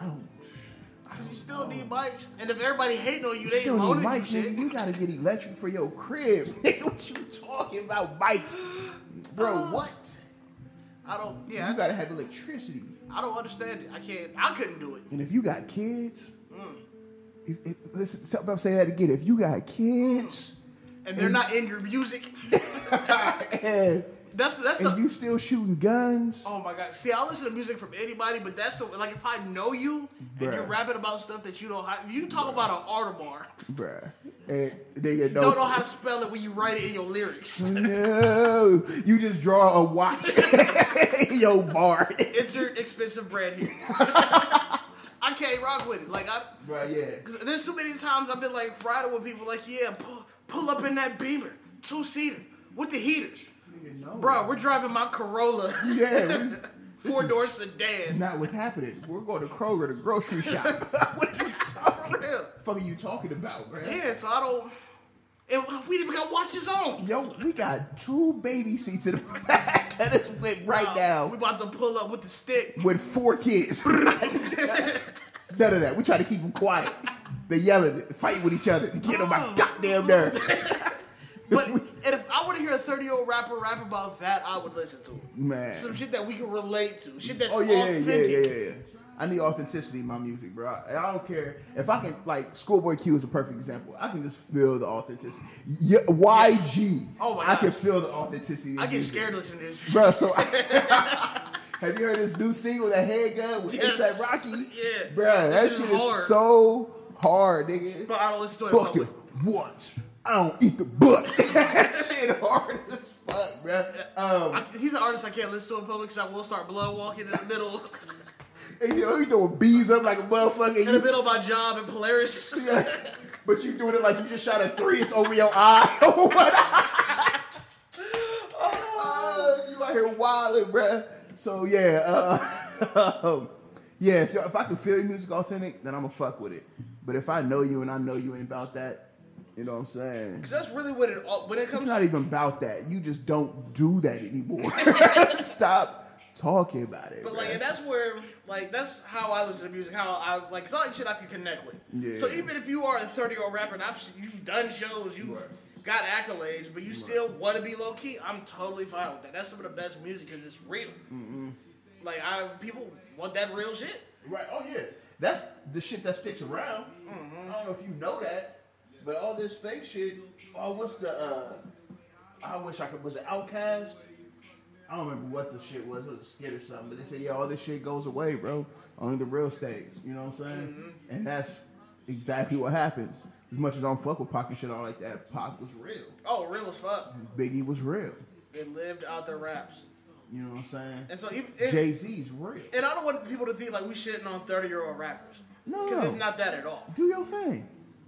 Speaker 1: I don't.
Speaker 3: Cause you still need mics, and if everybody hating on you,
Speaker 1: You
Speaker 3: they
Speaker 1: still
Speaker 3: loaning
Speaker 1: need
Speaker 3: you
Speaker 1: mics,
Speaker 3: shit.
Speaker 1: nigga. You gotta get electric for your crib. *laughs* Nigga, what you talking about, mics, bro? what?
Speaker 3: I don't. Uh, Yeah,
Speaker 1: You
Speaker 3: that's-
Speaker 1: gotta have electricity,
Speaker 3: I don't understand it. I can't. I couldn't do it.
Speaker 1: and if you got
Speaker 3: Mm.
Speaker 1: kids, if, if, listen. I'm say that again. If you got kids,
Speaker 3: and they're not in your music.
Speaker 1: *laughs* and,
Speaker 3: That's that's
Speaker 1: and
Speaker 3: the.
Speaker 1: you still shooting guns.
Speaker 3: Oh my god! See, I listen to music from anybody, but that's the like if I know you and you're
Speaker 1: Bruh.
Speaker 3: rapping about stuff that you don't. hi- You talk about an Audemars.
Speaker 1: Bruh. And nigga, no.
Speaker 3: Don't know how to spell it when you write it in your
Speaker 1: *laughs*
Speaker 3: lyrics.
Speaker 1: no. You just draw a watch. *laughs* Yo, bar. *laughs*
Speaker 3: It's your expensive brand here. I can't rock with it. Like I,
Speaker 1: Bruh, yeah.
Speaker 3: cause there's too many times I've been like riding with people. Like yeah, pull, pull up in that Beamer, two seater with the heaters. Bro, we're driving my Corolla,
Speaker 1: *laughs* Yeah.
Speaker 3: *laughs*
Speaker 1: we- this
Speaker 3: four
Speaker 1: is
Speaker 3: door sedan.
Speaker 1: Not what's happening. We're going to Kroger, the grocery
Speaker 3: *laughs*
Speaker 1: shop. what are you talking
Speaker 3: For real.
Speaker 1: fuck are you talking about, bruh?
Speaker 3: Yeah, so I don't. And we even got watches on.
Speaker 1: Yo, we got two baby seats in the *laughs* back that is went right
Speaker 3: We
Speaker 1: now
Speaker 3: about to pull up with
Speaker 1: *laughs*
Speaker 3: the stick.
Speaker 1: with four
Speaker 3: *laughs*
Speaker 1: kids. None of that. We try to keep them quiet. They're yelling, fighting with each other, getting on my goddamn nerves.
Speaker 3: But and if I were to hear a 30 year old rapper rap about that, I would listen to it.
Speaker 1: Man.
Speaker 3: Some shit that we can relate to. Shit that's
Speaker 1: Oh yeah, yeah,
Speaker 3: authentic.
Speaker 1: yeah, yeah, yeah, yeah. I need authenticity in my music, bro. I, I don't care if I can like Schoolboy Q is a perfect example. I can just feel the authenticity. Yeah, YG.
Speaker 3: Oh, my
Speaker 1: I can
Speaker 3: God.
Speaker 1: feel the authenticity. in
Speaker 3: I
Speaker 1: his
Speaker 3: get
Speaker 1: music.
Speaker 3: scared listening
Speaker 1: *laughs*
Speaker 3: to this.
Speaker 1: bro. So
Speaker 3: *laughs*
Speaker 1: have you heard this new single that Headgun with
Speaker 3: Yes.
Speaker 1: ASAP Rocky?
Speaker 3: Yeah.
Speaker 1: bro, that
Speaker 3: This is
Speaker 1: shit
Speaker 3: hard.
Speaker 1: is so hard, nigga.
Speaker 3: But I don't listen to it. in
Speaker 1: Fuck it
Speaker 3: public.
Speaker 1: once. I don't eat the butt. *laughs* that shit hard as fuck, bro. Um,
Speaker 3: I- he's an artist I can't listen to in public because I will start blood walking in the middle,
Speaker 1: and, you know, you throwing bees up like a motherfucker.
Speaker 3: in
Speaker 1: and
Speaker 3: the
Speaker 1: you-
Speaker 3: middle of my job in Polaris. *laughs*
Speaker 1: *laughs* but you doing it like you just shot a three. It's over your eye. *laughs* Over one eye. Oh, you out here wilding, bruh. So yeah, uh, *laughs* um, yeah. If, y'all- if I can feel your music authentic, then I'ma fuck with it. But if I know you and I know you ain't about that, you know what I'm saying?
Speaker 3: 'Cause that's really what it all, when it
Speaker 1: It's
Speaker 3: comes
Speaker 1: not even about that. You just don't do that
Speaker 3: *laughs*
Speaker 1: anymore. *laughs* Stop talking about it.
Speaker 3: But
Speaker 1: bruh.
Speaker 3: like, and that's where, like, that's how I listen to music. How I like, it's not like shit I can connect with.
Speaker 1: Yeah.
Speaker 3: So even if you are a thirty year old rapper and I've s- you've done shows, you have got accolades, but you still want to be low key, I'm totally fine with that. That's some of the best music because it's real. Like, I people want that real shit.
Speaker 1: Right. Oh yeah. That's the shit that sticks around. I don't know if you know that, but all this fake shit. Oh, what's the? uh I wish I could. Was it Outcast? I don't remember what the shit was. It was a skit or something. But they said, yeah, all this shit goes away, bro. Only the real stays. You know what I'm saying? And that's exactly what happens. As much as I don't fuck with Pac and shit all like that, Pac was real.
Speaker 3: Oh, real as fuck.
Speaker 1: Biggie was real.
Speaker 3: They lived out their raps,
Speaker 1: You know what I'm saying?
Speaker 3: and so even and,
Speaker 1: Jay Z's real.
Speaker 3: and I don't want people to think like we shitting on thirty year old rappers.
Speaker 1: No.
Speaker 3: because it's not that at all.
Speaker 1: Do your thing.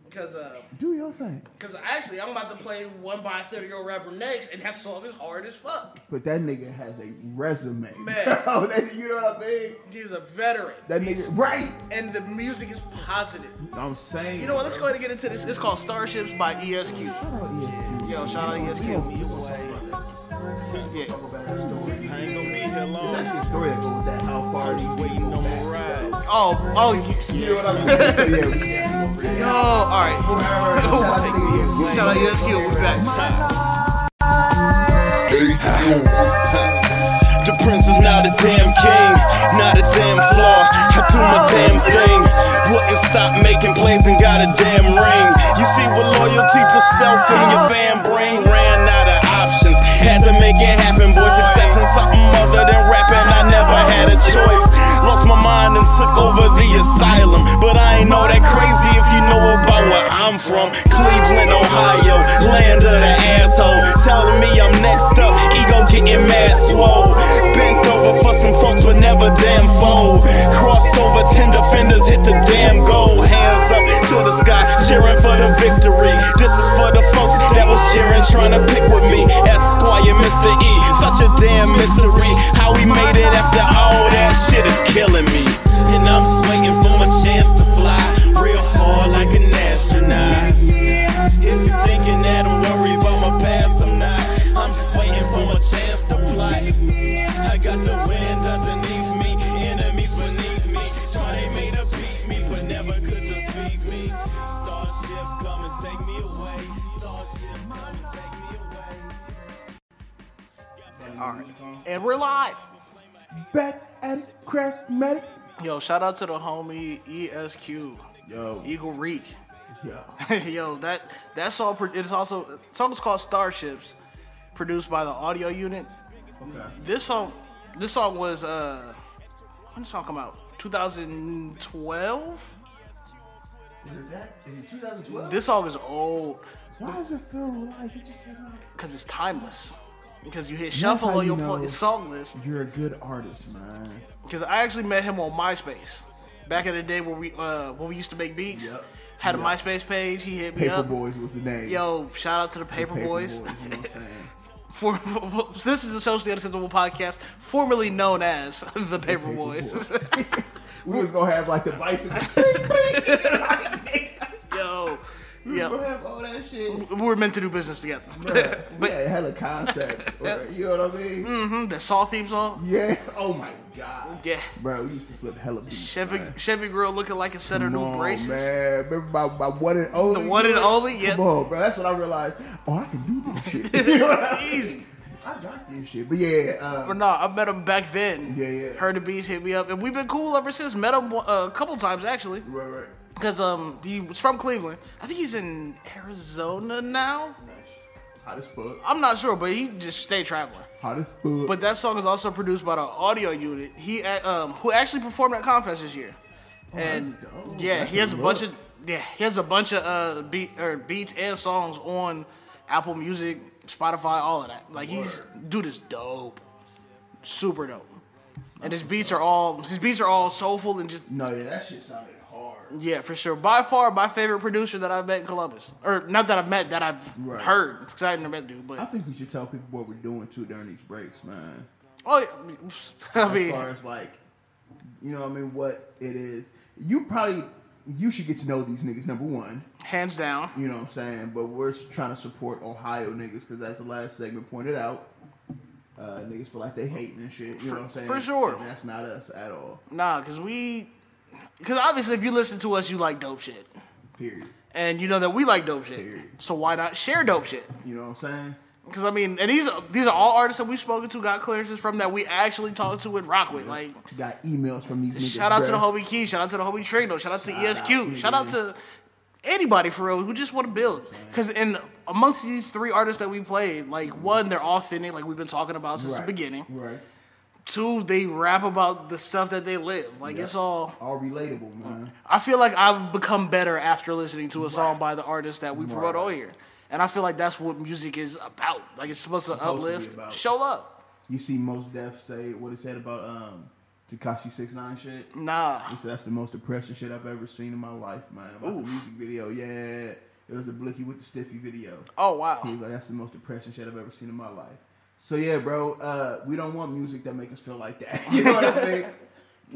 Speaker 3: Because. uh
Speaker 1: Do your thing.
Speaker 3: Because actually, I'm about to play one by a 30 year old rapper next, and that song is hard as fuck.
Speaker 1: But that nigga has a resume. *laughs*
Speaker 3: Man.
Speaker 1: Bro, that, you know what I mean?
Speaker 3: He's a veteran.
Speaker 1: That nigga, right?
Speaker 3: And the music is positive.
Speaker 1: I'm saying.
Speaker 3: You know what? Let's go ahead and get into this. It's called Starships by ESQ.
Speaker 1: Shout out ESQ.
Speaker 3: Yo, shout out E ESQ. Yeah.
Speaker 1: Talk about that story.
Speaker 8: I ain't gonna be here
Speaker 1: It's
Speaker 8: long.
Speaker 1: actually a story that goes with that. How far you
Speaker 8: Waiting
Speaker 1: go
Speaker 8: on
Speaker 1: back.
Speaker 8: my ride.
Speaker 3: Oh, oh, you-
Speaker 1: You know what I'm saying? So yeah, we-
Speaker 8: *laughs*
Speaker 1: yeah. we-
Speaker 3: yo. All right.
Speaker 1: Shout out to E nigga ESQ.
Speaker 3: Shout out E ESQ. We're back.
Speaker 8: The prince is not a damn king, not a damn flaw. I do my damn thing. Wouldn't stop making plays and got a damn ring. You see what loyalty to self and your fam bring. Ran out of options, had to make it happen. Boy, success and something other than rapping. I never had a choice. Lost my mind and took over the asylum. But I ain't all that crazy if you know about where I'm from. Cleveland, Ohio, land of the asshole. Telling me I'm next up, ego getting mad swole. Bent over for some folks, but never damn fold. Crossed over, ten defenders hit the damn goal. Hands up to the sky, cheering for the victory. This is for the folks that was cheering, trying to pick with me. Esquire, Mr. E, such a damn mystery. How we made it after all that shit is killing me. And I'm just waiting for my chance to fly real far like an astronaut. If you're thinking that I'm worried about my past, I'm not. I'm just waiting for my chance to fly. I got the wind underneath me, enemies beneath me. Try they made to beat me, but never could defeat me. Starship, come and take me away. Starship, come and take me away.
Speaker 3: And we're live.
Speaker 1: Back at Craftmatic.
Speaker 3: Yo, shout out to the homie ESQ.
Speaker 1: Yo,
Speaker 3: E Eagle Reek.
Speaker 1: Yeah.
Speaker 3: *laughs* Yo, that that song pro- it's also the song is called Starships, produced by the audio unit. This song this song was uh when did this song come out? 2012?
Speaker 1: Is it that? Is it 2012?
Speaker 3: This song is old
Speaker 1: Why does it feel like it just came out?
Speaker 3: because it's timeless. Because you hit shuffle
Speaker 1: how
Speaker 3: on
Speaker 1: you
Speaker 3: your pl-
Speaker 1: know.
Speaker 3: song list.
Speaker 1: You're a good artist, man.
Speaker 3: Because I actually met him on MySpace back in the day where we uh when we used to make beats.
Speaker 1: Yep.
Speaker 3: Had a
Speaker 1: Yep.
Speaker 3: MySpace page. He hit me
Speaker 1: Paper
Speaker 3: up.
Speaker 1: Boys was the name.
Speaker 3: Yo, shout out to the
Speaker 1: Paper,
Speaker 3: Paper, Boys.
Speaker 1: Boys. You know *laughs* what I'm saying?
Speaker 3: For, this is a socially unacceptable podcast, formerly known as *laughs* the Paper,
Speaker 1: Paper
Speaker 3: Boys.
Speaker 1: Boys. *laughs* we was gonna have like the bicycle. Bling, bling.
Speaker 3: *laughs* Yo,
Speaker 1: We was gonna
Speaker 3: yo,
Speaker 1: have all that
Speaker 3: *laughs*
Speaker 1: shit.
Speaker 3: we were meant to do business together. *laughs*
Speaker 1: But *laughs* yeah, hella concepts. or- you know what I mean?
Speaker 3: Mhm, the Saw theme song,
Speaker 1: Yeah. Oh my god.
Speaker 3: Yeah.
Speaker 1: Bro, we used to flip hella beats.
Speaker 3: Chevy
Speaker 1: man.
Speaker 3: Chevy girl looking like a set
Speaker 1: Come
Speaker 3: of new
Speaker 1: on,
Speaker 3: braces.
Speaker 1: man. Remember my, my one and only.
Speaker 3: The one and
Speaker 1: dude?
Speaker 3: only, yeah.
Speaker 1: Come on, bro. That's when I realized, oh, I can do
Speaker 3: *laughs*
Speaker 1: this shit. *laughs* You know what I mean?
Speaker 3: Easy.
Speaker 1: I got this shit. But yeah, uh,
Speaker 3: But no, I met him back then.
Speaker 1: Yeah, yeah.
Speaker 3: Heard the beats hit me up, and we've been cool ever since. Met him uh, a couple times actually,
Speaker 1: right, right.
Speaker 3: because um he was from Cleveland. I think he's in Arizona now.
Speaker 1: Nice. Hot as fuck.
Speaker 3: I'm not sure, but he just stay traveling.
Speaker 1: Hot as fuck.
Speaker 3: But that song is also produced by the audio unit. He uh, um, who actually performed at Confest this year, and
Speaker 1: Oh, that's dope.
Speaker 3: yeah,
Speaker 1: That's
Speaker 3: he has a
Speaker 1: a
Speaker 3: bunch
Speaker 1: look.
Speaker 3: of yeah he has a bunch of uh beat or beats and songs on Apple Music, Spotify, all of that. Like he's dude is dope, super dope. And his beats are all his beats are all soulful and just
Speaker 1: no, yeah, that shit sounded hard.
Speaker 3: yeah for sure. By far my favorite producer that I've met in Columbus, or not that I've met that I've
Speaker 1: Right.
Speaker 3: heard because I didn't met dude, but
Speaker 1: I think we should tell people what we're doing too during these breaks, man.
Speaker 3: oh yeah, *laughs* I
Speaker 1: as
Speaker 3: mean
Speaker 1: far as like, you know, what I mean, what it is. You probably you should get to know these niggas. Number one,
Speaker 3: hands down.
Speaker 1: You know what I'm saying? But we're s- trying to support Ohio niggas because that's the last segment pointed out. Uh, niggas feel like they hating and shit. You know what I'm saying?
Speaker 3: for sure.
Speaker 1: And that's not us at all.
Speaker 3: Nah, cause we, cause obviously if you listen to us, you like dope shit,
Speaker 1: Period.
Speaker 3: and you know that we like dope shit.
Speaker 1: Period.
Speaker 3: So why not share dope shit?
Speaker 1: You know what I'm saying?
Speaker 3: Cause I mean, and these are- these are all artists that we've spoken to, got clearances from that we actually talked to and rock with. Like,
Speaker 1: Got emails from these niggas.
Speaker 3: shout out to the
Speaker 1: bruh.
Speaker 3: homie Key, shout out to the homie Trino, shout out to
Speaker 1: Shout
Speaker 3: ESQ,
Speaker 1: out,
Speaker 3: shout out to anybody for real who just want to build. Cause in amongst these three artists that we played, like one, they're authentic, like we've been talking about since
Speaker 1: Right.
Speaker 3: the beginning.
Speaker 1: Right.
Speaker 3: Two, they rap about the stuff that they live. Like it's all.
Speaker 1: All relatable, man.
Speaker 3: I feel like I've become better after listening to a song by the artist that we promote all year. And I feel like that's what music is about. Like it's supposed to
Speaker 1: Supposed to be
Speaker 3: uplift,
Speaker 1: about.
Speaker 3: show love.
Speaker 1: You see most deaf say what it said about um Takashi six nine shit.
Speaker 3: Nah.
Speaker 1: He said that's the most depressing shit I've ever seen in my life, man. About the music video, yeah. It was the Blicky with the Stiffy video.
Speaker 3: Oh wow.
Speaker 1: He's like, that's the most depression shit I've ever seen in my life. So yeah, bro, uh, we don't want music that make us feel like that. *laughs* You know what I mean?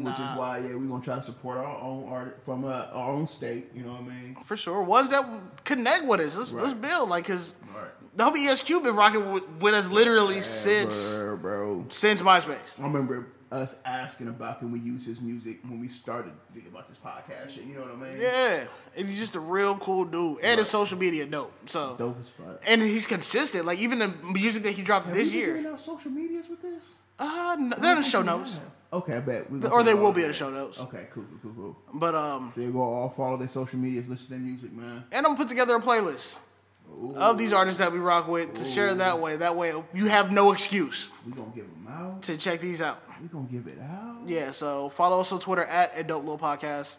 Speaker 1: Which is why, yeah, we're gonna try to support our own art from uh, our own state. You know what I mean?
Speaker 3: For sure. Ones that connect with us. Let's let's
Speaker 1: Right.
Speaker 3: build. Like cause
Speaker 1: Right.
Speaker 3: the homie ESQ been rocking with, with us literally since
Speaker 1: bro, bro.
Speaker 3: since MySpace.
Speaker 1: I remember us asking about can we use his music when we started thinking about this podcast shit. You know what I mean?
Speaker 3: Yeah. And he's just a real cool dude. And his social media dope. So
Speaker 1: Dope as fuck.
Speaker 3: and he's consistent. Like even the music that he dropped
Speaker 1: Have
Speaker 3: this
Speaker 1: we been
Speaker 3: year.
Speaker 1: giving out social medias with this?
Speaker 3: Uh no, they're in the show notes.
Speaker 1: Okay, I bet. We
Speaker 3: Or they will be in the show notes.
Speaker 1: Okay, cool, cool, cool, cool.
Speaker 3: But um
Speaker 1: So you go all follow their social medias, listen to their music, man.
Speaker 3: and I'm gonna put together a playlist of these artists that we rock with to share that way. That way, you have no excuse
Speaker 1: We gonna give them out.
Speaker 3: to check these out.
Speaker 1: We gonna give it out.
Speaker 3: Yeah, so follow us on Twitter at a dope little podcast.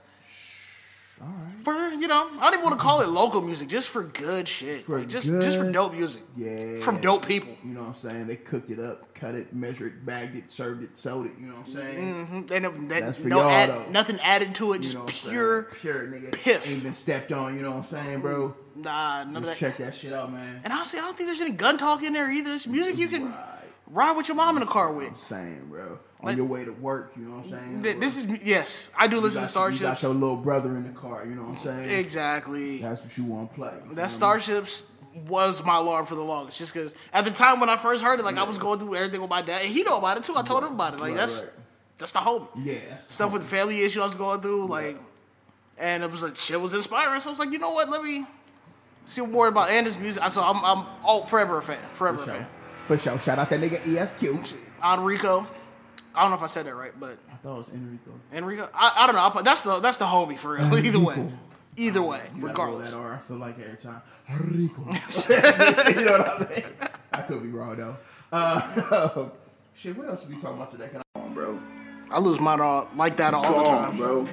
Speaker 1: All right.
Speaker 3: For you know, I don't even want to call it local music, just for good shit,
Speaker 1: For
Speaker 3: Like, just just for
Speaker 1: good-
Speaker 3: dope music.
Speaker 1: Yeah.
Speaker 3: from dope people.
Speaker 1: You know what I'm saying? They cooked it up, cut it, measured, bagged it, served it, sold it. You know what I'm saying?
Speaker 3: Mhm, They don't- they-
Speaker 1: That's for
Speaker 3: no
Speaker 1: y'all,
Speaker 3: add-
Speaker 1: though.
Speaker 3: nothing added to it,
Speaker 1: You
Speaker 3: just
Speaker 1: know what I'm
Speaker 3: pure.
Speaker 1: saying? Pure nigga.
Speaker 3: piff.
Speaker 1: Ain't been stepped on. You know what I'm saying, bro?
Speaker 3: Nah, none of that.
Speaker 1: Just check that shit out, man.
Speaker 3: And honestly, I don't think there's any gun talk in there either. It's music you can
Speaker 1: Right.
Speaker 3: ride with your mom in the car
Speaker 1: I'm
Speaker 3: with.
Speaker 1: saying, bro. On
Speaker 3: Like-
Speaker 1: your way to work, you know what I'm saying?
Speaker 3: Th- This is yes, I do
Speaker 1: you
Speaker 3: listen to
Speaker 1: got, your- you got
Speaker 3: Starships.
Speaker 1: your little brother in the car. You know what I'm saying?
Speaker 3: Exactly.
Speaker 1: That's what you want to play. you know?
Speaker 3: That Starships was my alarm for the longest, just because at the time when I first heard it, like I was going through everything with my dad, and he know about it too. I told him about it. Like
Speaker 1: Right,
Speaker 3: that's
Speaker 1: right.
Speaker 3: that's the homie.
Speaker 1: Yeah. That's the
Speaker 3: Stuff with
Speaker 1: homie.
Speaker 3: family issue I was going through, like, and it was like shit was inspiring. So I was like, you know what? Let me see more about and his music. I- So I'm I'm all forever a fan, forever
Speaker 1: For
Speaker 3: a
Speaker 1: sure.
Speaker 3: fan.
Speaker 1: For sure. Shout out that nigga E ESQ.
Speaker 3: Enrico, I don't know if I said that right, but
Speaker 1: I thought it was Enrico. *laughs*
Speaker 3: Enrico, I, I don't know. I, put- that's the that's the homie for real. *laughs* Either way,
Speaker 1: Enrico.
Speaker 3: Either way,
Speaker 1: You gotta roll
Speaker 3: regardless.
Speaker 1: that R. I feel like every time.
Speaker 3: *laughs*
Speaker 1: Rico. *laughs* you know what I mean? I could be wrong though. Uh, *laughs* shit, what else we talking about today? Can I on, bro?
Speaker 3: I lose mine all like that all
Speaker 1: Go
Speaker 3: the time.
Speaker 1: on, bro.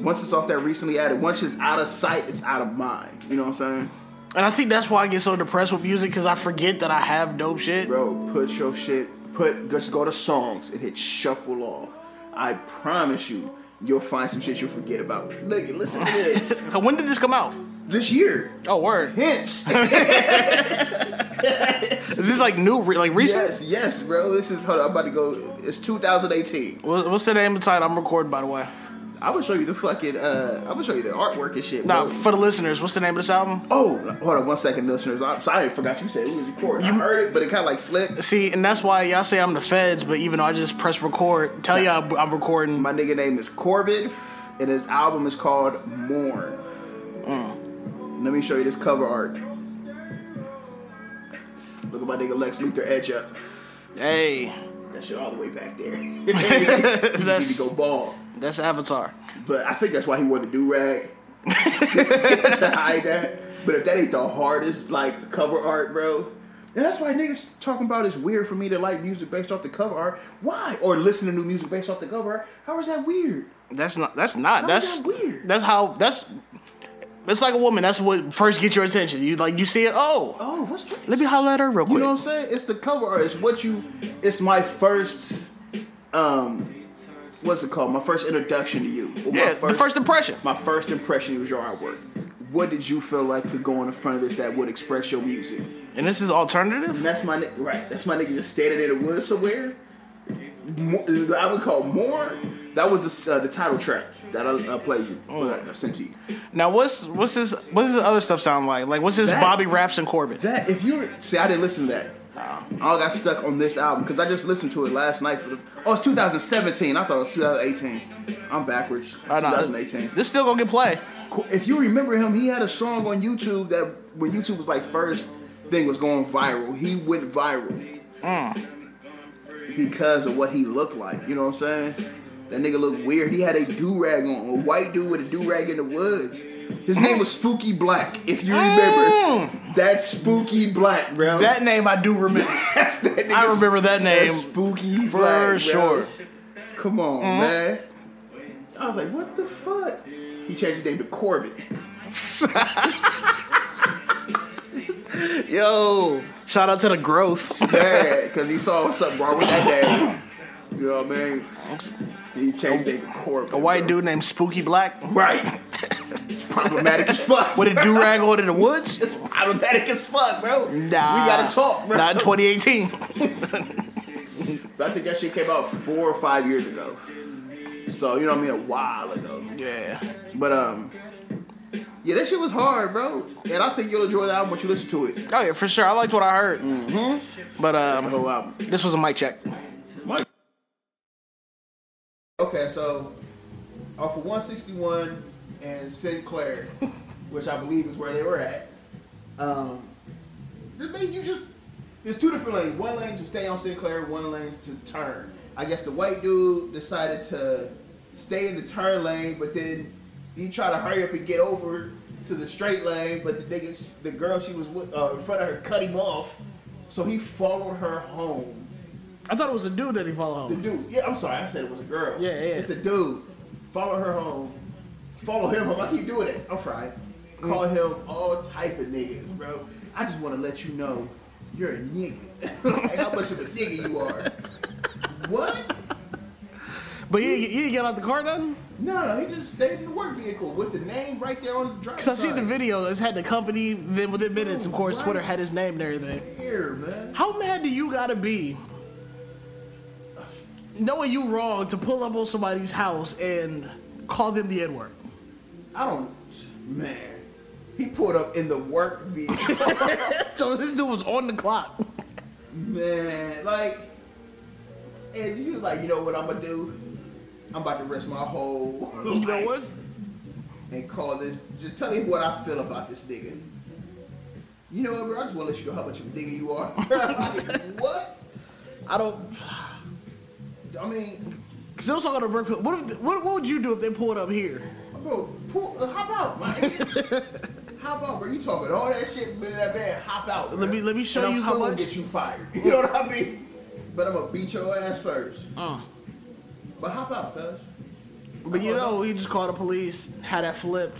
Speaker 1: Once it's off that recently added, once it's out of sight, it's out of mind. You know what I'm saying?
Speaker 3: And I think that's why I get so depressed with music because I forget that I have dope shit.
Speaker 1: Bro, put your shit, put, just go to songs and hit shuffle off. I promise you, you'll find some shit you'll forget about. Look, listen to
Speaker 3: *laughs*
Speaker 1: this.
Speaker 3: When did this come out?
Speaker 1: this year.
Speaker 3: Oh, word.
Speaker 1: *laughs* Hence.
Speaker 3: Is this like new, re- like recent?
Speaker 1: yes, yes, bro. This is, hold on, I'm about to go, it's 2018.
Speaker 3: What- What's the name of the title I'm recording, by the way?
Speaker 1: I will show you the fucking, uh, I'm gonna show you the artwork and shit.
Speaker 3: Now,
Speaker 1: bro.
Speaker 3: for the listeners, what's the name of this album?
Speaker 1: Oh, hold on one second, listeners. I'm sorry, I forgot you said we was recording. You heard it, but it kind of like slipped.
Speaker 3: See, and that's why y'all say I'm the feds, but even though I just press record, tell y'all I'm- I'm recording.
Speaker 1: My nigga name is Corbin, and his album is called Mourn.
Speaker 3: Mm.
Speaker 1: Let me show you this cover art. Look at my nigga Lex Luthor edge up. *laughs*
Speaker 3: *laughs* Hey,
Speaker 1: That shit all the way back
Speaker 3: *laughs*
Speaker 1: there. he just need to go bald.
Speaker 3: that's Avatar.
Speaker 1: But I think that's why he wore the do
Speaker 3: *laughs*
Speaker 1: rag to hide that. But if that ain't the hardest like cover art, bro, and that's why niggas talking about it's weird for me to like music based off the cover art. Why? Or listen to new music based off the cover art. How is that weird?
Speaker 3: That's not. That's not.
Speaker 1: How
Speaker 3: that's
Speaker 1: is that weird?
Speaker 3: That's how. That's. It's like a woman. That's what first gets your attention. You like you see it. Oh,
Speaker 1: Oh, what's this?
Speaker 3: let me holler at her real quick.
Speaker 1: You know what I'm saying? It's the cover art. It's what you. It's my first. Um, what's it called? My first introduction to you. Or my
Speaker 3: yeah, the first impression.
Speaker 1: My first impression was your artwork. What did you feel like could go in the front of this that would express your music?
Speaker 3: And this is alternative.
Speaker 1: And that's my ni- right. That's my nigga just standing in the woods somewhere. Mo- the album called More. That was the, s- uh, the title track that I uh, played you.
Speaker 3: Oh.
Speaker 1: uh, I sent to you.
Speaker 3: Now what's what's this what's this other stuff sound like? Like what's this
Speaker 1: That-
Speaker 3: Bobby Raps and Corbin?
Speaker 1: That if you were- see, I didn't listen to that. I got stuck on this album because I just listened to it last night. For the, oh, it's 2017. I thought it was 2018. I'm backwards.
Speaker 3: I know.
Speaker 1: 2018.
Speaker 3: This still gonna get played.
Speaker 1: Qu- if you remember him, he had a song on YouTube that when YouTube was like first thing was going viral, he went viral
Speaker 3: Mm.
Speaker 1: because of what he looked like. You know what I'm saying? That nigga looked weird. He had a do rag on, a white dude with a do rag in the woods. His name was Spooky Black, if you remember. That's Spooky Black, bro.
Speaker 3: Mm. That name I do
Speaker 1: *laughs*
Speaker 3: remember.
Speaker 1: That's that nigga
Speaker 3: I remember that name
Speaker 1: that's Spooky
Speaker 3: for
Speaker 1: Black,
Speaker 3: sure. Mm-hmm.
Speaker 1: Bro. Come on, man. I was like, what the fuck? He changed his name to Corbett.
Speaker 3: Yo, shout out to the growth.
Speaker 1: bad because he saw something wrong with that dad. You know what I mean? He changed it to Corbin.
Speaker 3: A white dude named Spooky Black
Speaker 1: Right. It's problematic as fuck.
Speaker 3: with a do rag on in the woods.
Speaker 1: It's problematic as fuck, bro. Nah. We
Speaker 3: Nah,
Speaker 1: gotta talk, bro.
Speaker 3: Not in 2018.
Speaker 1: I think that shit came out four or five years ago. So, you know what I mean? A while ago.
Speaker 3: yeah.
Speaker 1: But, um, yeah, that shit was hard, bro. And I think you'll enjoy the album once you listen to it.
Speaker 3: Oh yeah, for sure. I liked what I heard. But
Speaker 1: The
Speaker 3: um,
Speaker 1: whole album.
Speaker 3: this was a mic check.
Speaker 1: Okay, so off of 161 and Sinclair, which I believe is where they were at, um, the thing you just there's two different lanes. One lane to stay on Sinclair, one lane to turn. I guess the white dude decided to stay in the turn lane, but then he tried to hurry up and get over to the straight lane, but the nigga, the girl she was with, uh, in front of her cut him off, so he followed her home.
Speaker 3: I thought it was a dude that he
Speaker 1: The
Speaker 3: followed.
Speaker 1: dude. Yeah, I'm sorry. I said it was a girl.
Speaker 3: Yeah, yeah.
Speaker 1: It's a dude. Follow her home. Follow him home. I keep doing it. I'm fried. Call
Speaker 3: Mm.
Speaker 1: him all type of niggas, bro. I just want to let you know you're a nigga. *laughs* like how much of a nigga you are. what?
Speaker 3: But you, you didn't get out the car then?
Speaker 1: No, he just stayed in the work vehicle with the name right there on the driver's
Speaker 3: Because I seen the
Speaker 1: side.
Speaker 3: video. It's had the company. Then within minutes, of course, Twitter had his name and everything.
Speaker 1: Here, man.
Speaker 3: How mad do you gotta be, knowing you wrong, to pull up on somebody's house and call them the N word?
Speaker 1: I don't. Man. He pulled up in the work vehicle.
Speaker 3: So this dude was on the clock.
Speaker 1: Man, like, and she was like, you know what I'm gonna do? I'm about to risk my whole *laughs*
Speaker 3: You know what?
Speaker 1: and call this. Just tell me what I feel about this nigga. You know what, bro? I just want to let you know how much of a nigga you are. *laughs* like, what? *sighs*
Speaker 3: I don't.
Speaker 1: I mean,
Speaker 3: Cause I was talking to Brookfield. What, if, what what would you do if they pulled up here?
Speaker 1: bro, pull, uh, hop out,
Speaker 3: *laughs*
Speaker 1: man. hop out, bro. You talking all that shit, been in that bed, hop out.
Speaker 3: Let me- let me show
Speaker 1: and
Speaker 3: you
Speaker 1: I'm
Speaker 3: how
Speaker 1: still gonna
Speaker 3: much-
Speaker 1: get you
Speaker 3: *laughs*
Speaker 1: fired. You know what I mean? But I'm gonna beat your ass first. Uh. But hop out, cuz.
Speaker 3: But you know, he just called the police, had that flipped.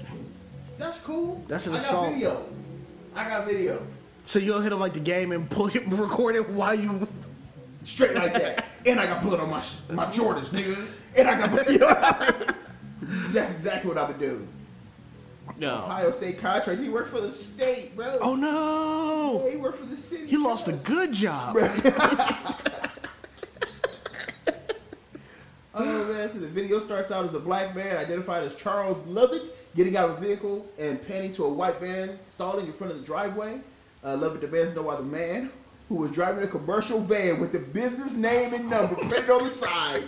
Speaker 1: That's cool.
Speaker 3: That's an
Speaker 1: I
Speaker 3: assault.
Speaker 1: Got video. I got video.
Speaker 3: So you'll hit him like the game and pull it, *laughs* record it while you.
Speaker 1: Straight like
Speaker 3: *laughs*
Speaker 1: that. and I got blood on my sh- my Jordans, nigga. And I got *laughs* you know what I mean? That's exactly what I would do.
Speaker 3: No.
Speaker 1: Ohio State contract. He worked for the state, bro.
Speaker 3: Oh no!
Speaker 1: Yeah, he worked for the city.
Speaker 3: Oh. He lost a
Speaker 1: Yes.
Speaker 3: good job.
Speaker 1: Oh man, so the video starts out as a black man identified as Charles Lovett getting out of a vehicle and panning to a white van stalling in front of the driveway. Uh, Lovett demands to know why the man who was driving a commercial van with the business name and number printed on the side.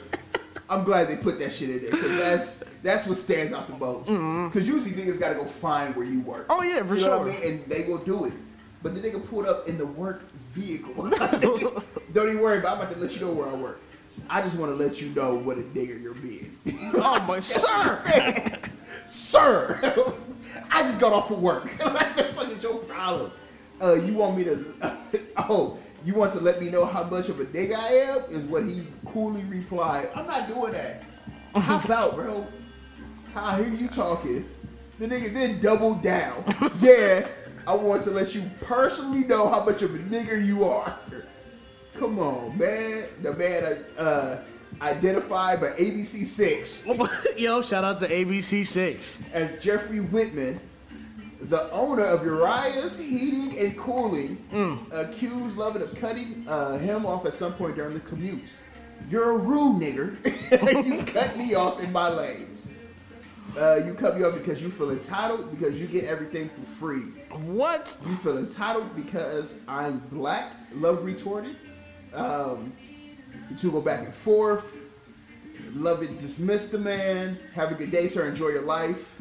Speaker 1: I'm glad they put that shit in there because that's that's what stands out the most. Because usually niggas got to go find where you work.
Speaker 3: Mm-hmm. Oh, yeah, for
Speaker 1: you Know what I
Speaker 3: sure.
Speaker 1: mean? And they will do it. But the nigga pulled up in the work
Speaker 3: *laughs*
Speaker 1: vehicle. Don't even worry about. it. I'm about to let you know where I work. I just want to let you know what a nigger you're being,
Speaker 3: Oh my sir!
Speaker 1: sir. I just got off of work. *laughs* like that's fucking your problem. Uh, you want me to? *laughs* oh, you want to let me know how much of a nigger I am? Is what he coolly replied. I'm not doing that. Hop out, bro. I hear you talking. The nigga then doubled down. yeah, I want to let you personally know how much of a nigger you are. Come on, man. The man is uh, identified by ABC6
Speaker 3: *laughs* Yo, shout out to ABC6.
Speaker 1: as Jeffrey Whitman, the owner of Uriah's Heating and Cooling, accused Lovett of cutting uh, him off at some point during the commute. You're a rude nigger. *laughs* you cut me off in my lane. Uh, you cut me off because you feel entitled because you get everything for free.
Speaker 3: What?
Speaker 1: You feel entitled because I'm black. Love retorted. Um, the two go back and forth. Love it. Dismissed the man. Have a good day, sir. Enjoy your life.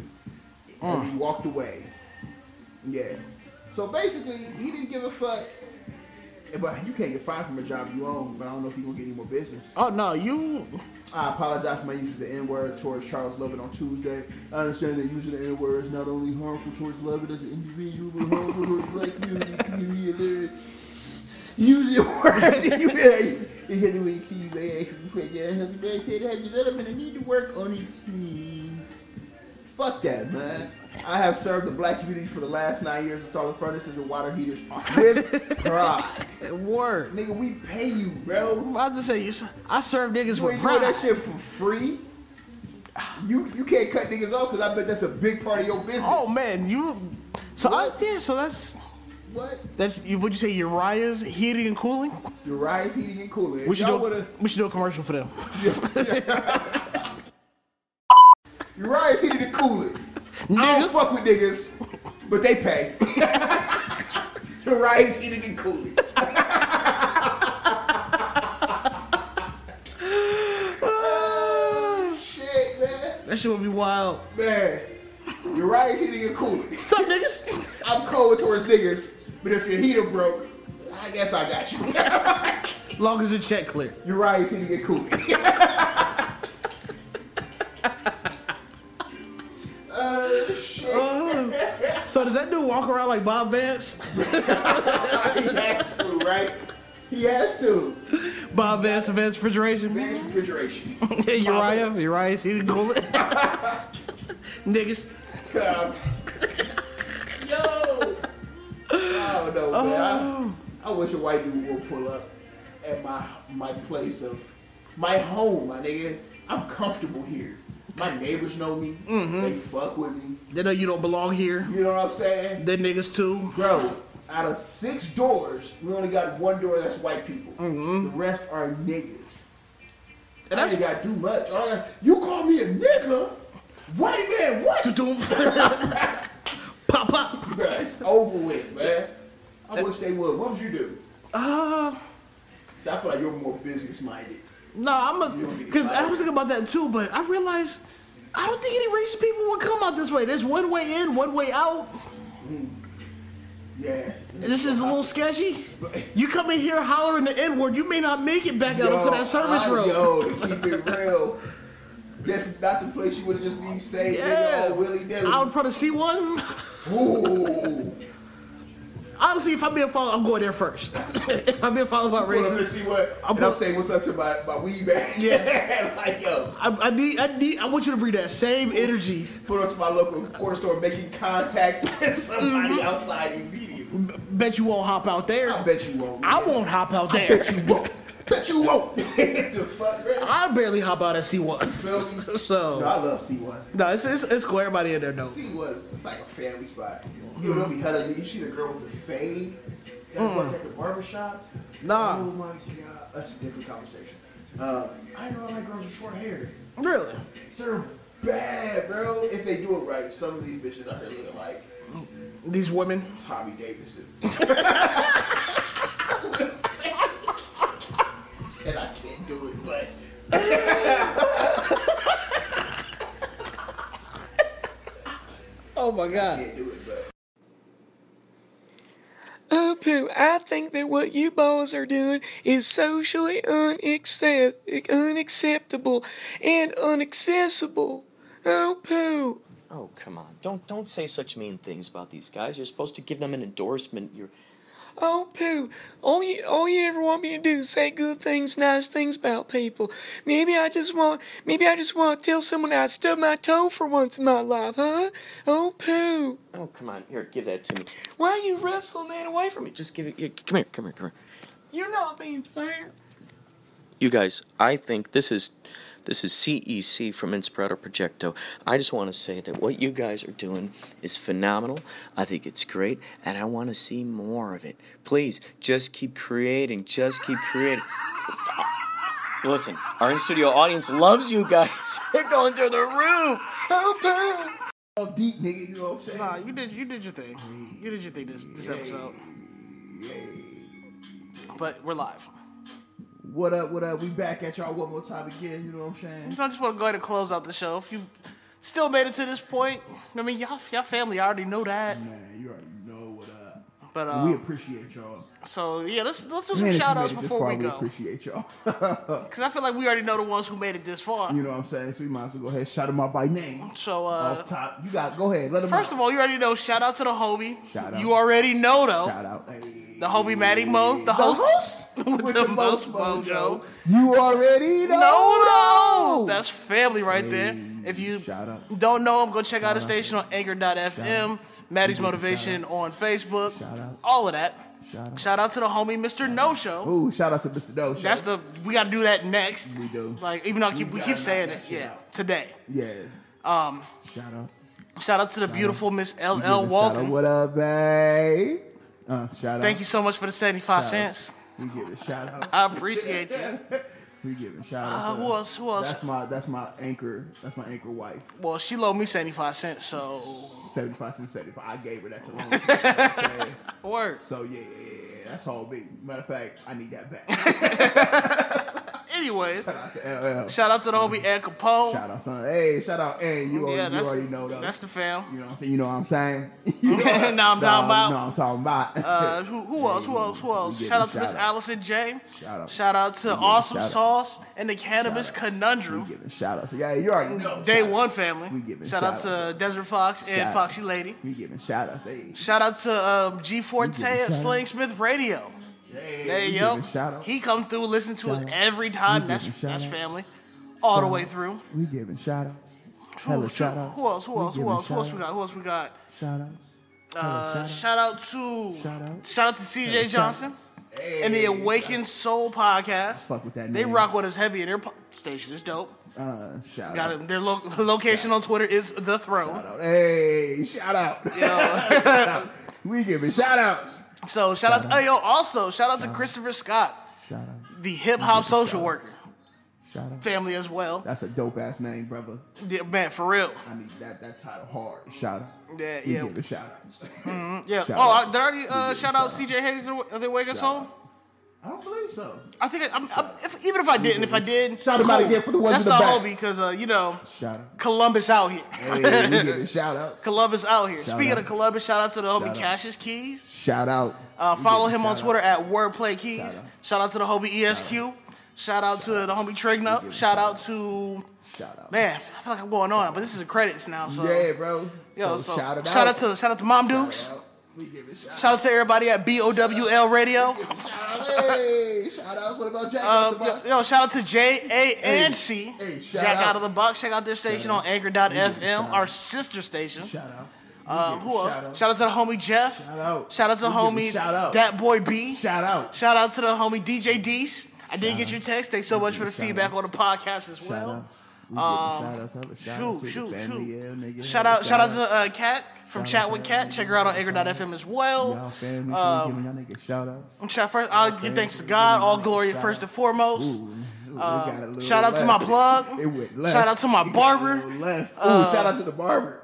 Speaker 1: And he walked away. Yeah. So basically, he didn't give a fuck. But you can't get fired from a job you own. But I don't know if you're gonna get any more business.
Speaker 3: Oh no, you.
Speaker 1: I apologize for my use of the N word towards Charles Lovett on Tuesday. I understand that using the N word is not only harmful towards Lovett as an individual, but harmful towards the black community, community at large. Use the word. *laughs* You better- you hit it with your keys, they actually say, yeah, healthy man said has development and need to work on his team. Fuck that, man. I have served the black community for the last nine years installing furnaces and water heaters with pride.
Speaker 3: Word.
Speaker 1: Nigga, we pay you, bro.
Speaker 3: I was just say you. I serve niggas
Speaker 1: You ain't
Speaker 3: with
Speaker 1: doing
Speaker 3: pride.
Speaker 1: that shit for free. You you can't cut niggas off because I bet that's a big part of your business.
Speaker 3: Oh man, you. So
Speaker 1: What?
Speaker 3: I yeah. So that's
Speaker 1: What?
Speaker 3: that's. You, would you say Uriah's heating and cooling?
Speaker 1: Uriah's Heating and Cooling. If
Speaker 3: We should
Speaker 1: y'all
Speaker 3: do. a
Speaker 1: would've-
Speaker 3: We should do a commercial for them.
Speaker 1: Uriah's Heating and Cooling. I don't
Speaker 3: Nigga,
Speaker 1: fuck with niggas, but they
Speaker 3: *laughs*
Speaker 1: pay. Uriah's Heating and Cooling. Oh, shit, man.
Speaker 3: that shit would be wild.
Speaker 1: Man. Uriah's Heating and Cooling.
Speaker 3: What's up, niggas?
Speaker 1: I'm cold towards niggas, but if your heater broke, I guess I got you.
Speaker 3: Long as the check clear.
Speaker 1: Uriah's Heating and Cooling. Oh shit!
Speaker 3: So does that dude walk around like Bob Vance?
Speaker 1: He has to, right? He has to.
Speaker 3: Bob Vance, Vance refrigeration.
Speaker 1: Man's refrigeration.
Speaker 3: *laughs* Yeah, Uriah, Uriah, heating and cooling.
Speaker 1: *laughs*
Speaker 3: niggas.
Speaker 1: God. Yo! I don't know,
Speaker 3: Oh.
Speaker 1: man. I, I wish a white dude would pull up at my my place of my home, my nigga. I'm comfortable here. My neighbors know me. They fuck with me.
Speaker 3: Mm-hmm. They know you don't belong here.
Speaker 1: You know what I'm saying?
Speaker 3: They niggas too.
Speaker 1: Bro, out of six doors, we only got one door that's white people. The rest are niggas. Mm-hmm. And I ain't gotta do much. All I got- you call me a nigga? White man, what? *laughs*
Speaker 3: Doom. pop pop.
Speaker 1: Bruh, it's over with, man. I wish they would. What would you do?
Speaker 3: Uh,
Speaker 1: See, I feel like you're more business minded.
Speaker 3: no, I'm a because I was thinking about that too, but I realized I don't think any racist people would come out this way. There's one way in, one way out.
Speaker 1: Yeah.
Speaker 3: This is a little sketchy. You come in here hollering the N word, you may not make it back out onto that service
Speaker 1: I
Speaker 3: road.
Speaker 1: Yo, to keep it real. That's not the place you would have just been saved yeah.
Speaker 3: Yeah.
Speaker 1: all willy nilly.
Speaker 3: Out in front of C1?
Speaker 1: Ooh.
Speaker 3: Honestly, if I'm being followed, I'm going there first. *laughs* if I'm being followed about
Speaker 1: Put up to
Speaker 3: racism,
Speaker 1: see what.
Speaker 3: I'll
Speaker 1: I'm, and I'm
Speaker 3: put-
Speaker 1: saying what's up to my, my weed bag.
Speaker 3: Yeah.
Speaker 1: *laughs* like, yo,
Speaker 3: I, I need, I need, I want you to bring that same energy.
Speaker 1: put up to my local corner store making contact *laughs* with somebody
Speaker 3: Mm-hmm.
Speaker 1: outside immediately.
Speaker 3: Bet you won't hop out there.
Speaker 1: I bet you won't.
Speaker 3: I won't hop out
Speaker 1: I
Speaker 3: there.
Speaker 1: bet you won't. bet you
Speaker 3: *laughs*
Speaker 1: won't. the fuck, man?
Speaker 3: I barely hop out at C1.
Speaker 1: Feel me?
Speaker 3: *laughs* So-
Speaker 1: No, I love C1.
Speaker 3: No, it's, it's, it's cool. Everybody in there, though.
Speaker 1: C was it's like a family spot. You know, they'll be huddled. You see the girl with the fade and mm. at the barbershop.
Speaker 3: Nah.
Speaker 1: Oh my god, that's a different conversation. Uh, I know I like girls with short hair.
Speaker 3: Really?
Speaker 1: They're bad, bro. If they do it right, some of these bitches out here look like
Speaker 3: These women?
Speaker 1: Tommy *laughs* Davidson. and I can't do it, but
Speaker 3: Oh my
Speaker 1: I
Speaker 3: God.
Speaker 1: can't do it, but.
Speaker 9: Oh, Pooh, I think that what you boys are doing is socially unaccept- unacceptable and unaccessible. Oh, Pooh.
Speaker 10: Oh, come on. Don't don't say such mean things about these guys. You're supposed to give them an endorsement. You're
Speaker 9: Oh, Pooh. All you, all you ever want me to do is say good things, nice things about people. Maybe I just want, maybe I just want to tell someone I stubbed my toe for once in my life, huh? Oh, Pooh.
Speaker 10: Oh, come on. Here, give that to me.
Speaker 9: Why are you wrestling that away from me? Just,
Speaker 10: Just give it. Here, come here. Come here. Come here.
Speaker 9: you're not being fair.
Speaker 10: You guys, I think this is this is CEC from Inspirato Projecto. I just want to say that what you guys are doing is phenomenal. I think it's great, and I want to see more of it. Please, just keep creating. Just keep creating. Listen, our in studio audience loves you guys. *laughs* They're going through the roof.
Speaker 9: Oh, Pooh.
Speaker 1: All deep, nigga, you know what I'm saying?
Speaker 3: Nah, you did, you did your thing. You did your thing this, this episode. But we're live.
Speaker 1: What up, what up? We back at y'all one more time again, you know what I'm saying?
Speaker 3: I just want to go ahead and close out the show. If you still made it to this point, I mean, y'all, y'all family, I already know that.
Speaker 1: Man, you already know what up.
Speaker 3: But
Speaker 1: And we
Speaker 3: uh,
Speaker 1: appreciate y'all.
Speaker 3: so yeah, let's let's do some
Speaker 1: Man, if you
Speaker 3: shout
Speaker 1: made
Speaker 3: outs
Speaker 1: it this
Speaker 3: before
Speaker 1: far,
Speaker 3: we
Speaker 1: we
Speaker 3: go,
Speaker 1: appreciate y'all. *laughs*
Speaker 3: because I feel like we already know the ones who made it this far.
Speaker 1: you know what I'm saying? So we might as well go ahead and shout them out by name.
Speaker 3: So
Speaker 1: Off
Speaker 3: uh,
Speaker 1: top. You got go ahead, let them
Speaker 3: first of all, you already know. Shout out to the Hobie.
Speaker 1: Shout out.
Speaker 3: You already know though.
Speaker 1: shout out. Hey.
Speaker 3: The Hobie Matty Mo, the, host, *laughs* with, the, most mojo.
Speaker 1: You already know.
Speaker 3: No, no,
Speaker 1: though.
Speaker 3: that's family right there.
Speaker 1: Hey,
Speaker 3: If you
Speaker 1: shout out.
Speaker 3: don't know him, go check out his station on Anchor.fm.
Speaker 1: Shout out.
Speaker 3: Maddie's
Speaker 1: Shout out.
Speaker 3: motivation on Facebook.
Speaker 1: Shout out.
Speaker 3: All of that.
Speaker 1: Shout out.
Speaker 3: Shout out to the homie Mr. No Show.
Speaker 1: Ooh, shout out to Mr. Doe.
Speaker 3: That's the we gotta do that next.
Speaker 1: We do.
Speaker 3: Like even though I keep, we
Speaker 1: gotta
Speaker 3: keep
Speaker 1: knock
Speaker 3: saying
Speaker 1: that
Speaker 3: it,
Speaker 1: shit
Speaker 3: yeah.
Speaker 1: out.
Speaker 3: Today.
Speaker 1: Yeah. Um shout outs.
Speaker 3: Shout out to the beautiful Miss
Speaker 1: You
Speaker 3: LL
Speaker 1: give a Shout out.
Speaker 3: Walton.
Speaker 1: What up, babe? Uh, shout
Speaker 3: Thank
Speaker 1: out.
Speaker 3: you so much for the seventy five cents.
Speaker 1: We give a shout out.
Speaker 3: I appreciate you.
Speaker 1: *laughs* We giving shout
Speaker 3: Uh,
Speaker 1: out.
Speaker 3: who else? Who else?
Speaker 1: That's my that's my anchor. That's my anchor wife.
Speaker 3: Well, she loaned me seventy five cents, so
Speaker 1: Seventy five since seventy five. I gave her that to
Speaker 3: *laughs*
Speaker 1: long time. you know what I'm saying?
Speaker 3: work.
Speaker 1: so yeah, yeah, yeah, yeah, that's all me. Matter of fact, I need that
Speaker 3: *laughs*
Speaker 1: back.
Speaker 3: Anyway,
Speaker 1: shout out to LL.
Speaker 3: shout out to the homie Ed Capone.
Speaker 1: Shout out, son. Hey, shout out, and you,
Speaker 3: yeah,
Speaker 1: already, you
Speaker 3: that's,
Speaker 1: already know though.
Speaker 3: that's the fam.
Speaker 1: you know what I'm saying. You know what I'm saying.
Speaker 3: *laughs* Nah, I'm talking
Speaker 1: Nah,
Speaker 3: about-
Speaker 1: No, I'm talking about. *laughs*
Speaker 3: Uh, who, who else? Who else? Who else?
Speaker 1: We
Speaker 3: Shout out to
Speaker 1: getting
Speaker 3: Miss
Speaker 1: shout out.
Speaker 3: Allison James.
Speaker 1: Shout out.
Speaker 3: Shout out to
Speaker 1: We getting
Speaker 3: Awesome
Speaker 1: shout out.
Speaker 3: Sauce and the Cannabis
Speaker 1: Shout out. we
Speaker 3: Conundrum.
Speaker 1: giving shout out. So yeah, you already know.
Speaker 3: Uh, Day
Speaker 1: Shout out.
Speaker 3: One family.
Speaker 1: We giving
Speaker 3: shout, out
Speaker 1: shout out.
Speaker 3: to Desert Fox and
Speaker 1: Shout out.
Speaker 3: Foxy Lady.
Speaker 1: We giving shout outs. Hey,
Speaker 3: Shout out to um, G Forte
Speaker 1: giving shout
Speaker 3: at
Speaker 1: out.
Speaker 3: Sling Smith Radio.
Speaker 1: hey,
Speaker 3: There
Speaker 1: we
Speaker 3: you go.
Speaker 1: giving Shout out.
Speaker 3: He come through, listen to
Speaker 1: Shout
Speaker 3: us
Speaker 1: out.
Speaker 3: every time.
Speaker 1: We
Speaker 3: That's
Speaker 1: giving shout
Speaker 3: that's
Speaker 1: out.
Speaker 3: family, all the
Speaker 1: Shout
Speaker 3: way
Speaker 1: out.
Speaker 3: through.
Speaker 1: We giving shout out.
Speaker 3: Who,
Speaker 1: Hella
Speaker 3: shoot,
Speaker 1: shout outs.
Speaker 3: who else? Who
Speaker 1: We
Speaker 3: else? Who
Speaker 1: giving
Speaker 3: else? Who else we
Speaker 1: shout
Speaker 3: got? Who else we got?
Speaker 1: Shout outs.
Speaker 3: Uh,
Speaker 1: Hella
Speaker 3: shout out to
Speaker 1: Shout out.
Speaker 3: shout out to CJ
Speaker 1: Hella shout out.
Speaker 3: Johnson
Speaker 1: Hey,
Speaker 3: and the
Speaker 1: shout
Speaker 3: Awakened Soul podcast.
Speaker 1: Fuck with that
Speaker 3: They
Speaker 1: name.
Speaker 3: rock with us heavy, and their po- station is dope.
Speaker 1: Uh, shout
Speaker 3: Got
Speaker 1: out.
Speaker 3: it. Their lo- *laughs* location on Twitter is the
Speaker 1: Shout
Speaker 3: Throne.
Speaker 1: out. Hey, shout out. *laughs* we giving shout outs.
Speaker 3: So shout, out. To, oh, yo, also shout out to Christopher Scott,
Speaker 1: Shout out.
Speaker 3: the hip hop social
Speaker 1: shout out.
Speaker 3: worker
Speaker 1: Shout out.
Speaker 3: family as well.
Speaker 1: That's a dope ass name, brother.
Speaker 3: Yeah, man, for real.
Speaker 1: I need that that title hard. Shout out.
Speaker 3: Yeah,
Speaker 1: we
Speaker 3: yeah.
Speaker 1: giving shout outs.
Speaker 3: Yeah.
Speaker 1: Shout
Speaker 3: oh, I,
Speaker 1: out.
Speaker 3: did I already uh,
Speaker 1: Yeah,
Speaker 3: shout
Speaker 1: shout
Speaker 3: out
Speaker 1: out.
Speaker 3: CJ Hayes of the Wake Us
Speaker 1: Shout
Speaker 3: Home?
Speaker 1: I don't believe so.
Speaker 3: I think I, I'm, I'm, if, even if I didn't, if I did,
Speaker 1: Shout him out again for the ones
Speaker 3: That's
Speaker 1: in the
Speaker 3: the
Speaker 1: back.
Speaker 3: whole because uh, you know
Speaker 1: Shout out.
Speaker 3: Columbus out here.
Speaker 1: Hey,
Speaker 3: *laughs*
Speaker 1: we giving shout outs.
Speaker 3: Columbus out here.
Speaker 1: Shout
Speaker 3: Speaking
Speaker 1: out.
Speaker 3: of Columbus, shout out to the homie
Speaker 1: Shout out.
Speaker 3: Cassius Keys.
Speaker 1: Shout out.
Speaker 3: Uh,
Speaker 1: We
Speaker 3: follow
Speaker 1: giving
Speaker 3: him on
Speaker 1: shout
Speaker 3: Twitter
Speaker 1: outs.
Speaker 3: at Wordplay Keys. Shout
Speaker 1: Shout
Speaker 3: out,
Speaker 1: out.
Speaker 3: to the homie ESQ. E Shout out to the homie Trigno. Shout out to
Speaker 5: Shout out.
Speaker 3: man. I feel like I'm going on, but this is the credits now. So
Speaker 5: yeah, bro.
Speaker 3: Yo,
Speaker 5: so,
Speaker 3: so
Speaker 5: shout it
Speaker 3: shout
Speaker 5: out.
Speaker 3: out to shout out to Mom Dukes.
Speaker 5: Shout out. We give it shout,
Speaker 3: Shout out to everybody at BOWL Radio.
Speaker 5: out. Shout out. Hey, shout outs. What about Jack out
Speaker 3: Um,
Speaker 5: the
Speaker 3: yo,
Speaker 5: box?
Speaker 3: yo, shout out to J A and C.
Speaker 5: hey, shout
Speaker 3: Jack
Speaker 5: out.
Speaker 3: out. of the box. Check out their station on Anchor.fm, our sister station.
Speaker 5: Shout out. We
Speaker 3: Um,
Speaker 5: give it
Speaker 3: who else?
Speaker 5: Shout out.
Speaker 3: Shout out to the homie Jeff.
Speaker 5: Shout out.
Speaker 3: Shout out to
Speaker 5: We give
Speaker 3: homie
Speaker 5: it shout out.
Speaker 3: that boy B.
Speaker 5: Shout out.
Speaker 3: Shout out to the homie DJ Dees. I did
Speaker 5: Shout
Speaker 3: get
Speaker 5: out.
Speaker 3: your text. Thanks so much for the
Speaker 5: Shout
Speaker 3: feedback
Speaker 5: out.
Speaker 3: on the podcast as
Speaker 5: Shout
Speaker 3: well. um,
Speaker 5: out. We give it shout outs. Shout out to
Speaker 3: Shoot,
Speaker 5: the
Speaker 3: shoot,
Speaker 5: family.
Speaker 3: shoot.
Speaker 5: Yeah, nigga.
Speaker 3: Shout
Speaker 5: Hell,
Speaker 3: out, shout out to uh, Cat from
Speaker 5: Shout
Speaker 3: Chat
Speaker 5: out,
Speaker 3: with
Speaker 5: shout out.
Speaker 3: Cat. Check her out on Anchor.fm as
Speaker 5: y'all
Speaker 3: well. Um,
Speaker 5: family. Um, y'all niggas shout out.
Speaker 3: Shout first, I'll give thanks to God, all glory first and foremost.
Speaker 5: Ooh, it
Speaker 3: Uh,
Speaker 5: got a little
Speaker 3: shout out to my
Speaker 5: left.
Speaker 3: plug.
Speaker 5: It went left.
Speaker 3: Shout out to my
Speaker 5: It got a
Speaker 3: barber.
Speaker 5: little Left. Ooh,
Speaker 3: Uh,
Speaker 5: shout out to the barber.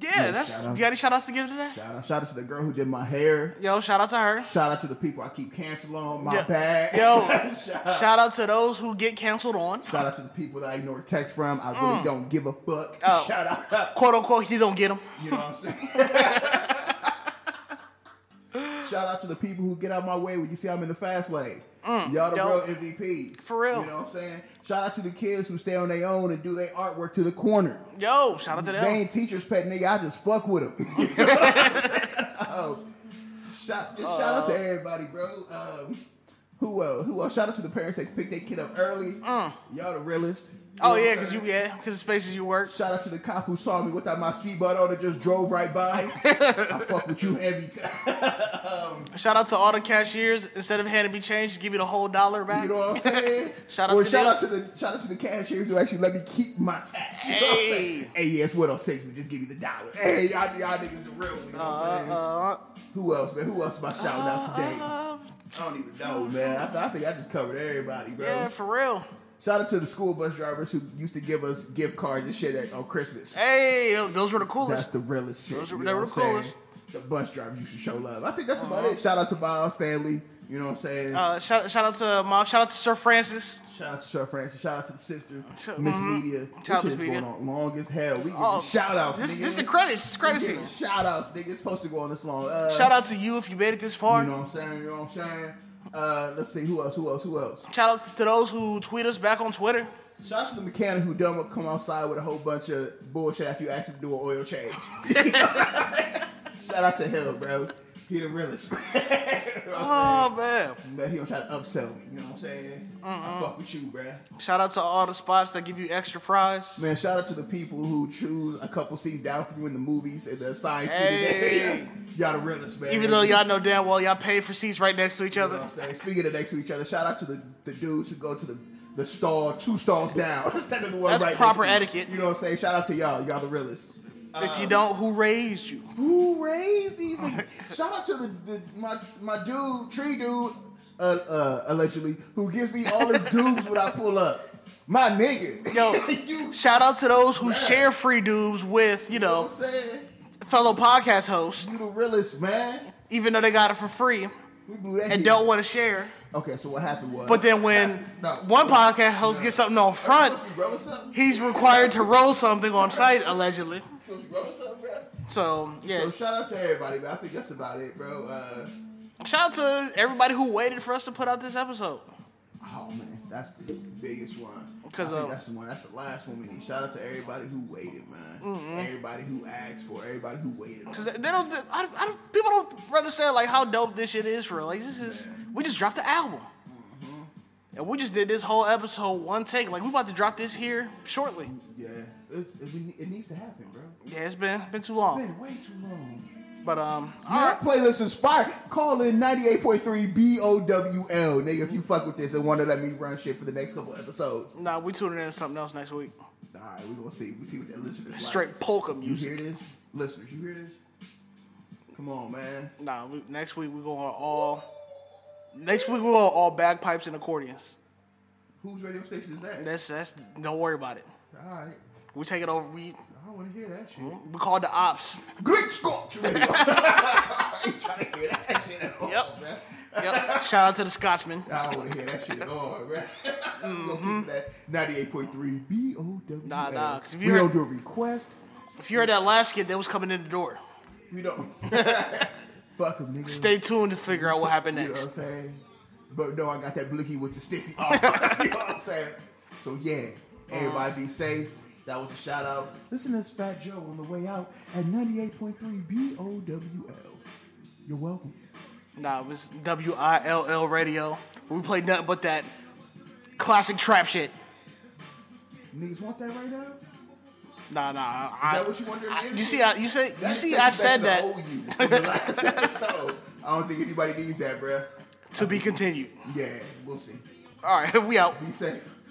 Speaker 3: Yeah, that's
Speaker 5: shout out.
Speaker 3: you got any shout outs to give to that?
Speaker 5: Shout out, shout out to the girl who did my hair.
Speaker 3: Yo, shout out to her.
Speaker 5: Shout out to the people I keep canceling on. My
Speaker 3: Yeah.
Speaker 5: bad.
Speaker 3: Yo,
Speaker 5: *laughs* shout, out.
Speaker 3: Shout out to those who get canceled
Speaker 5: *laughs*
Speaker 3: on.
Speaker 5: shout out to the people that I ignore text from. I really don't give a fuck.
Speaker 3: Mm. Oh.
Speaker 5: Shout out.
Speaker 3: Quote unquote, you don't get them.
Speaker 5: You know what I'm saying? *laughs* shout out to the people who get out my way when you see I'm in the fast lane. Y'all
Speaker 3: Mm,
Speaker 5: the
Speaker 3: yo.
Speaker 5: real MVPs.
Speaker 3: For real.
Speaker 5: You know what I'm saying? Shout out to the kids who stay on their own and do their artwork to the corner.
Speaker 3: Yo, shout out to them.
Speaker 5: They ain't teachers pet nigga. I just fuck with
Speaker 3: *laughs*
Speaker 5: them. Oh. shout, just shout
Speaker 3: Uh.
Speaker 5: out to everybody, bro. Um, who else? Who else? Shout out to the parents that pick their kid up early. Y'all the realest.
Speaker 3: Mm. Oh yeah, cause you yeah, cause the spaces you work.
Speaker 5: Shout out to the cop who saw me without my seatbelt on and just drove right by.
Speaker 3: *laughs*
Speaker 5: I fuck with you heavy.
Speaker 3: Shout out to all the cashiers. Instead of handing me change, just give me the whole dollar back.
Speaker 5: You know what I'm saying?
Speaker 3: *laughs* Shout out
Speaker 5: or
Speaker 3: to
Speaker 5: shout
Speaker 3: them.
Speaker 5: out to the shout out to the cashiers who actually let me keep my tax. You know what I'm saying? Hey, yeah, it's 106, but just give me the dollar. *laughs* Hey, y'all, y'all niggas is real. You know what
Speaker 3: Uh-huh,
Speaker 5: I'm saying? who else, man? Who else am I shouting out today?
Speaker 3: Uh-huh.
Speaker 5: I don't even know, man. I, th- I think I just covered everybody, bro.
Speaker 3: yeah, for real.
Speaker 5: Shout out to the school bus drivers who used to give us gift cards and shit at, on Christmas.
Speaker 3: Hey, th- those were the
Speaker 5: That's
Speaker 3: coolest.
Speaker 5: the realest shit.
Speaker 3: Those are-
Speaker 5: you know
Speaker 3: they
Speaker 5: what
Speaker 3: were
Speaker 5: I'm saying?
Speaker 3: coolest.
Speaker 5: The bus drivers used to show love. I think that's about it. Shout out to Bob's family. You know what I'm saying?
Speaker 3: Uh-huh. Uh, shout, shout out to mom. Shout out to Sir Francis.
Speaker 5: Shout out to Sir Francis. Shout out to the sister,
Speaker 3: Shout-
Speaker 5: Miss
Speaker 3: mhm.
Speaker 5: Media.
Speaker 3: Shout
Speaker 5: This
Speaker 3: out
Speaker 5: shit
Speaker 3: to
Speaker 5: is
Speaker 3: Media.
Speaker 5: going on long as hell. We
Speaker 3: Oh,
Speaker 5: giving shout outs.
Speaker 3: This,
Speaker 5: nigga.
Speaker 3: this is the credits. This is
Speaker 5: We
Speaker 3: credits.
Speaker 5: giving
Speaker 3: scene.
Speaker 5: shout outs, nigga. It's supposed to go on this long. Uh,
Speaker 3: Shout out to you if you made it this far.
Speaker 5: You know what I'm saying? You know what I'm saying? Uh, let's see. Who else? Who else? Who else?
Speaker 3: Shout out to those who tweet us back on Twitter.
Speaker 5: Shout out to the mechanic who done come outside with a whole bunch of bullshit after you ask him to do an
Speaker 3: *laughs*
Speaker 5: oil change. *laughs* shout out to him, bro. He the realest. *laughs* man. You know what I'm
Speaker 3: Oh man!
Speaker 5: saying? But he don't try to upsell me. You know what I'm saying? I
Speaker 3: Uh-uh.
Speaker 5: fuck with you, bruh.
Speaker 3: Shout out to all the spots that give you extra fries.
Speaker 5: Man, shout out to the people who choose a couple seats down from you in the movies and the assigned
Speaker 3: Hey.
Speaker 5: seat. y'all the realest, man.
Speaker 3: Even though y'all know damn well y'all pay for seats right next to each
Speaker 5: You know
Speaker 3: other.
Speaker 5: what I'm saying? Speaking of next to each other, shout out to the, the dudes who go to the, the stall two stalls down *laughs* instead of the one
Speaker 3: That's
Speaker 5: right
Speaker 3: proper
Speaker 5: next to you.
Speaker 3: etiquette.
Speaker 5: You know what I'm saying? Shout out to y'all. Y'all the realest.
Speaker 3: If you don't, who raised you?
Speaker 5: Who raised these niggas? *laughs* Shout out to the, the my my dude, tree dude, uh, uh, allegedly, who gives me all
Speaker 3: *laughs*
Speaker 5: his dudes when I pull up. My nigga.
Speaker 3: Yo,
Speaker 5: *laughs* you
Speaker 3: shout out to those who share free dubs with, you
Speaker 5: know what
Speaker 3: know,
Speaker 5: I'm saying?
Speaker 3: fellow podcast hosts,
Speaker 5: You the realest, man.
Speaker 3: even though they got it for free
Speaker 5: We blew that
Speaker 3: and
Speaker 5: hit.
Speaker 3: don't want to share.
Speaker 5: Okay, so what happened was.
Speaker 3: But then when
Speaker 5: *laughs* No.
Speaker 3: one podcast host gets something on front,
Speaker 5: Supposed to be rolling something?
Speaker 3: he's required to roll something on site, allegedly.
Speaker 5: Supposed to be rolling something, bro?
Speaker 3: So, yeah.
Speaker 5: So shout out to everybody, but I think that's about it, bro. Uh,
Speaker 3: Shout out to everybody who waited for us to put out this episode.
Speaker 5: oh man, that's the biggest one.
Speaker 3: 'Cause,
Speaker 5: I think
Speaker 3: uh,
Speaker 5: that's the one. That's the last one we need. Shout out to everybody who waited, man.
Speaker 3: Mm-hmm.
Speaker 5: Everybody who asked for. it, Everybody who waited.
Speaker 3: Cause they don't, I, I don't, people don't understand like how dope this shit is for. real. Like this is, we just dropped the album,
Speaker 5: Mm-hmm.
Speaker 3: and we just did this whole episode one take. Like we about to drop this here shortly.
Speaker 5: Yeah, it's, it, we- it needs to happen, bro.
Speaker 3: Yeah, it's been been too long,
Speaker 5: It's been way too long.
Speaker 3: but um, all
Speaker 5: Man,
Speaker 3: right.
Speaker 5: that playlist is fire. Call in 98.3 BOWL, nigga, if you fuck with this and want to let me run shit for the next couple episodes.
Speaker 3: Nah, we tuning in to something else next week.
Speaker 5: All right, we gonna see. We see what that listeners like.
Speaker 3: Straight polka
Speaker 5: You
Speaker 3: music.
Speaker 5: hear this, listeners? You hear this? Come on, man.
Speaker 3: Nah, we, next week we going all. Next week we going all bagpipes and accordions.
Speaker 5: Whose radio station is that?
Speaker 3: That's that's. Don't worry about it.
Speaker 5: All right,
Speaker 3: We take it over. We
Speaker 5: I want to hear that shit.
Speaker 3: we call the ops.
Speaker 5: Great Scotch
Speaker 3: *laughs*
Speaker 5: radio. I ain't trying to hear that shit at all,
Speaker 3: Yep.
Speaker 5: bruh.
Speaker 3: *laughs* Yep. Shout out to the Scotsman.
Speaker 5: I don't want to hear that shit at all, *laughs* bruh. I'm gonna keep that ninety-eight point three B O W.
Speaker 3: Mm-hmm. Nah, nah, 'cause if
Speaker 5: We
Speaker 3: you
Speaker 5: don't
Speaker 3: heard-
Speaker 5: do a request.
Speaker 3: If you heard that last kid that was coming in the door. *laughs*
Speaker 5: We don't. Fuck them, nigga.
Speaker 3: Mm. Stay tuned to figure out what happened
Speaker 5: You know what I'm
Speaker 3: next.
Speaker 5: saying? But no, I got that blicky with the stiffy arm. *laughs* you know what I'm saying? So yeah, everybody be safe. That was the shout outs.
Speaker 11: Listen to this Fat Joe on the way out at 98.3 BOWL. You're welcome.
Speaker 3: Nah, it was W I L L radio. We played nothing but that classic trap shit.
Speaker 11: Niggas want that right now?
Speaker 3: Nah, nah. I,
Speaker 5: Is that what you wanted to
Speaker 3: I,
Speaker 5: get
Speaker 3: you
Speaker 5: into?
Speaker 3: see, I, you say, you
Speaker 5: That
Speaker 3: see,
Speaker 5: takes
Speaker 3: I
Speaker 5: back
Speaker 3: said
Speaker 5: to
Speaker 3: that
Speaker 5: The old you from the last *laughs* episode. I don't think anybody needs that, bruh.
Speaker 3: to be continued.
Speaker 5: Yeah, we'll see.
Speaker 3: All right, *laughs* we out.
Speaker 5: Be safe.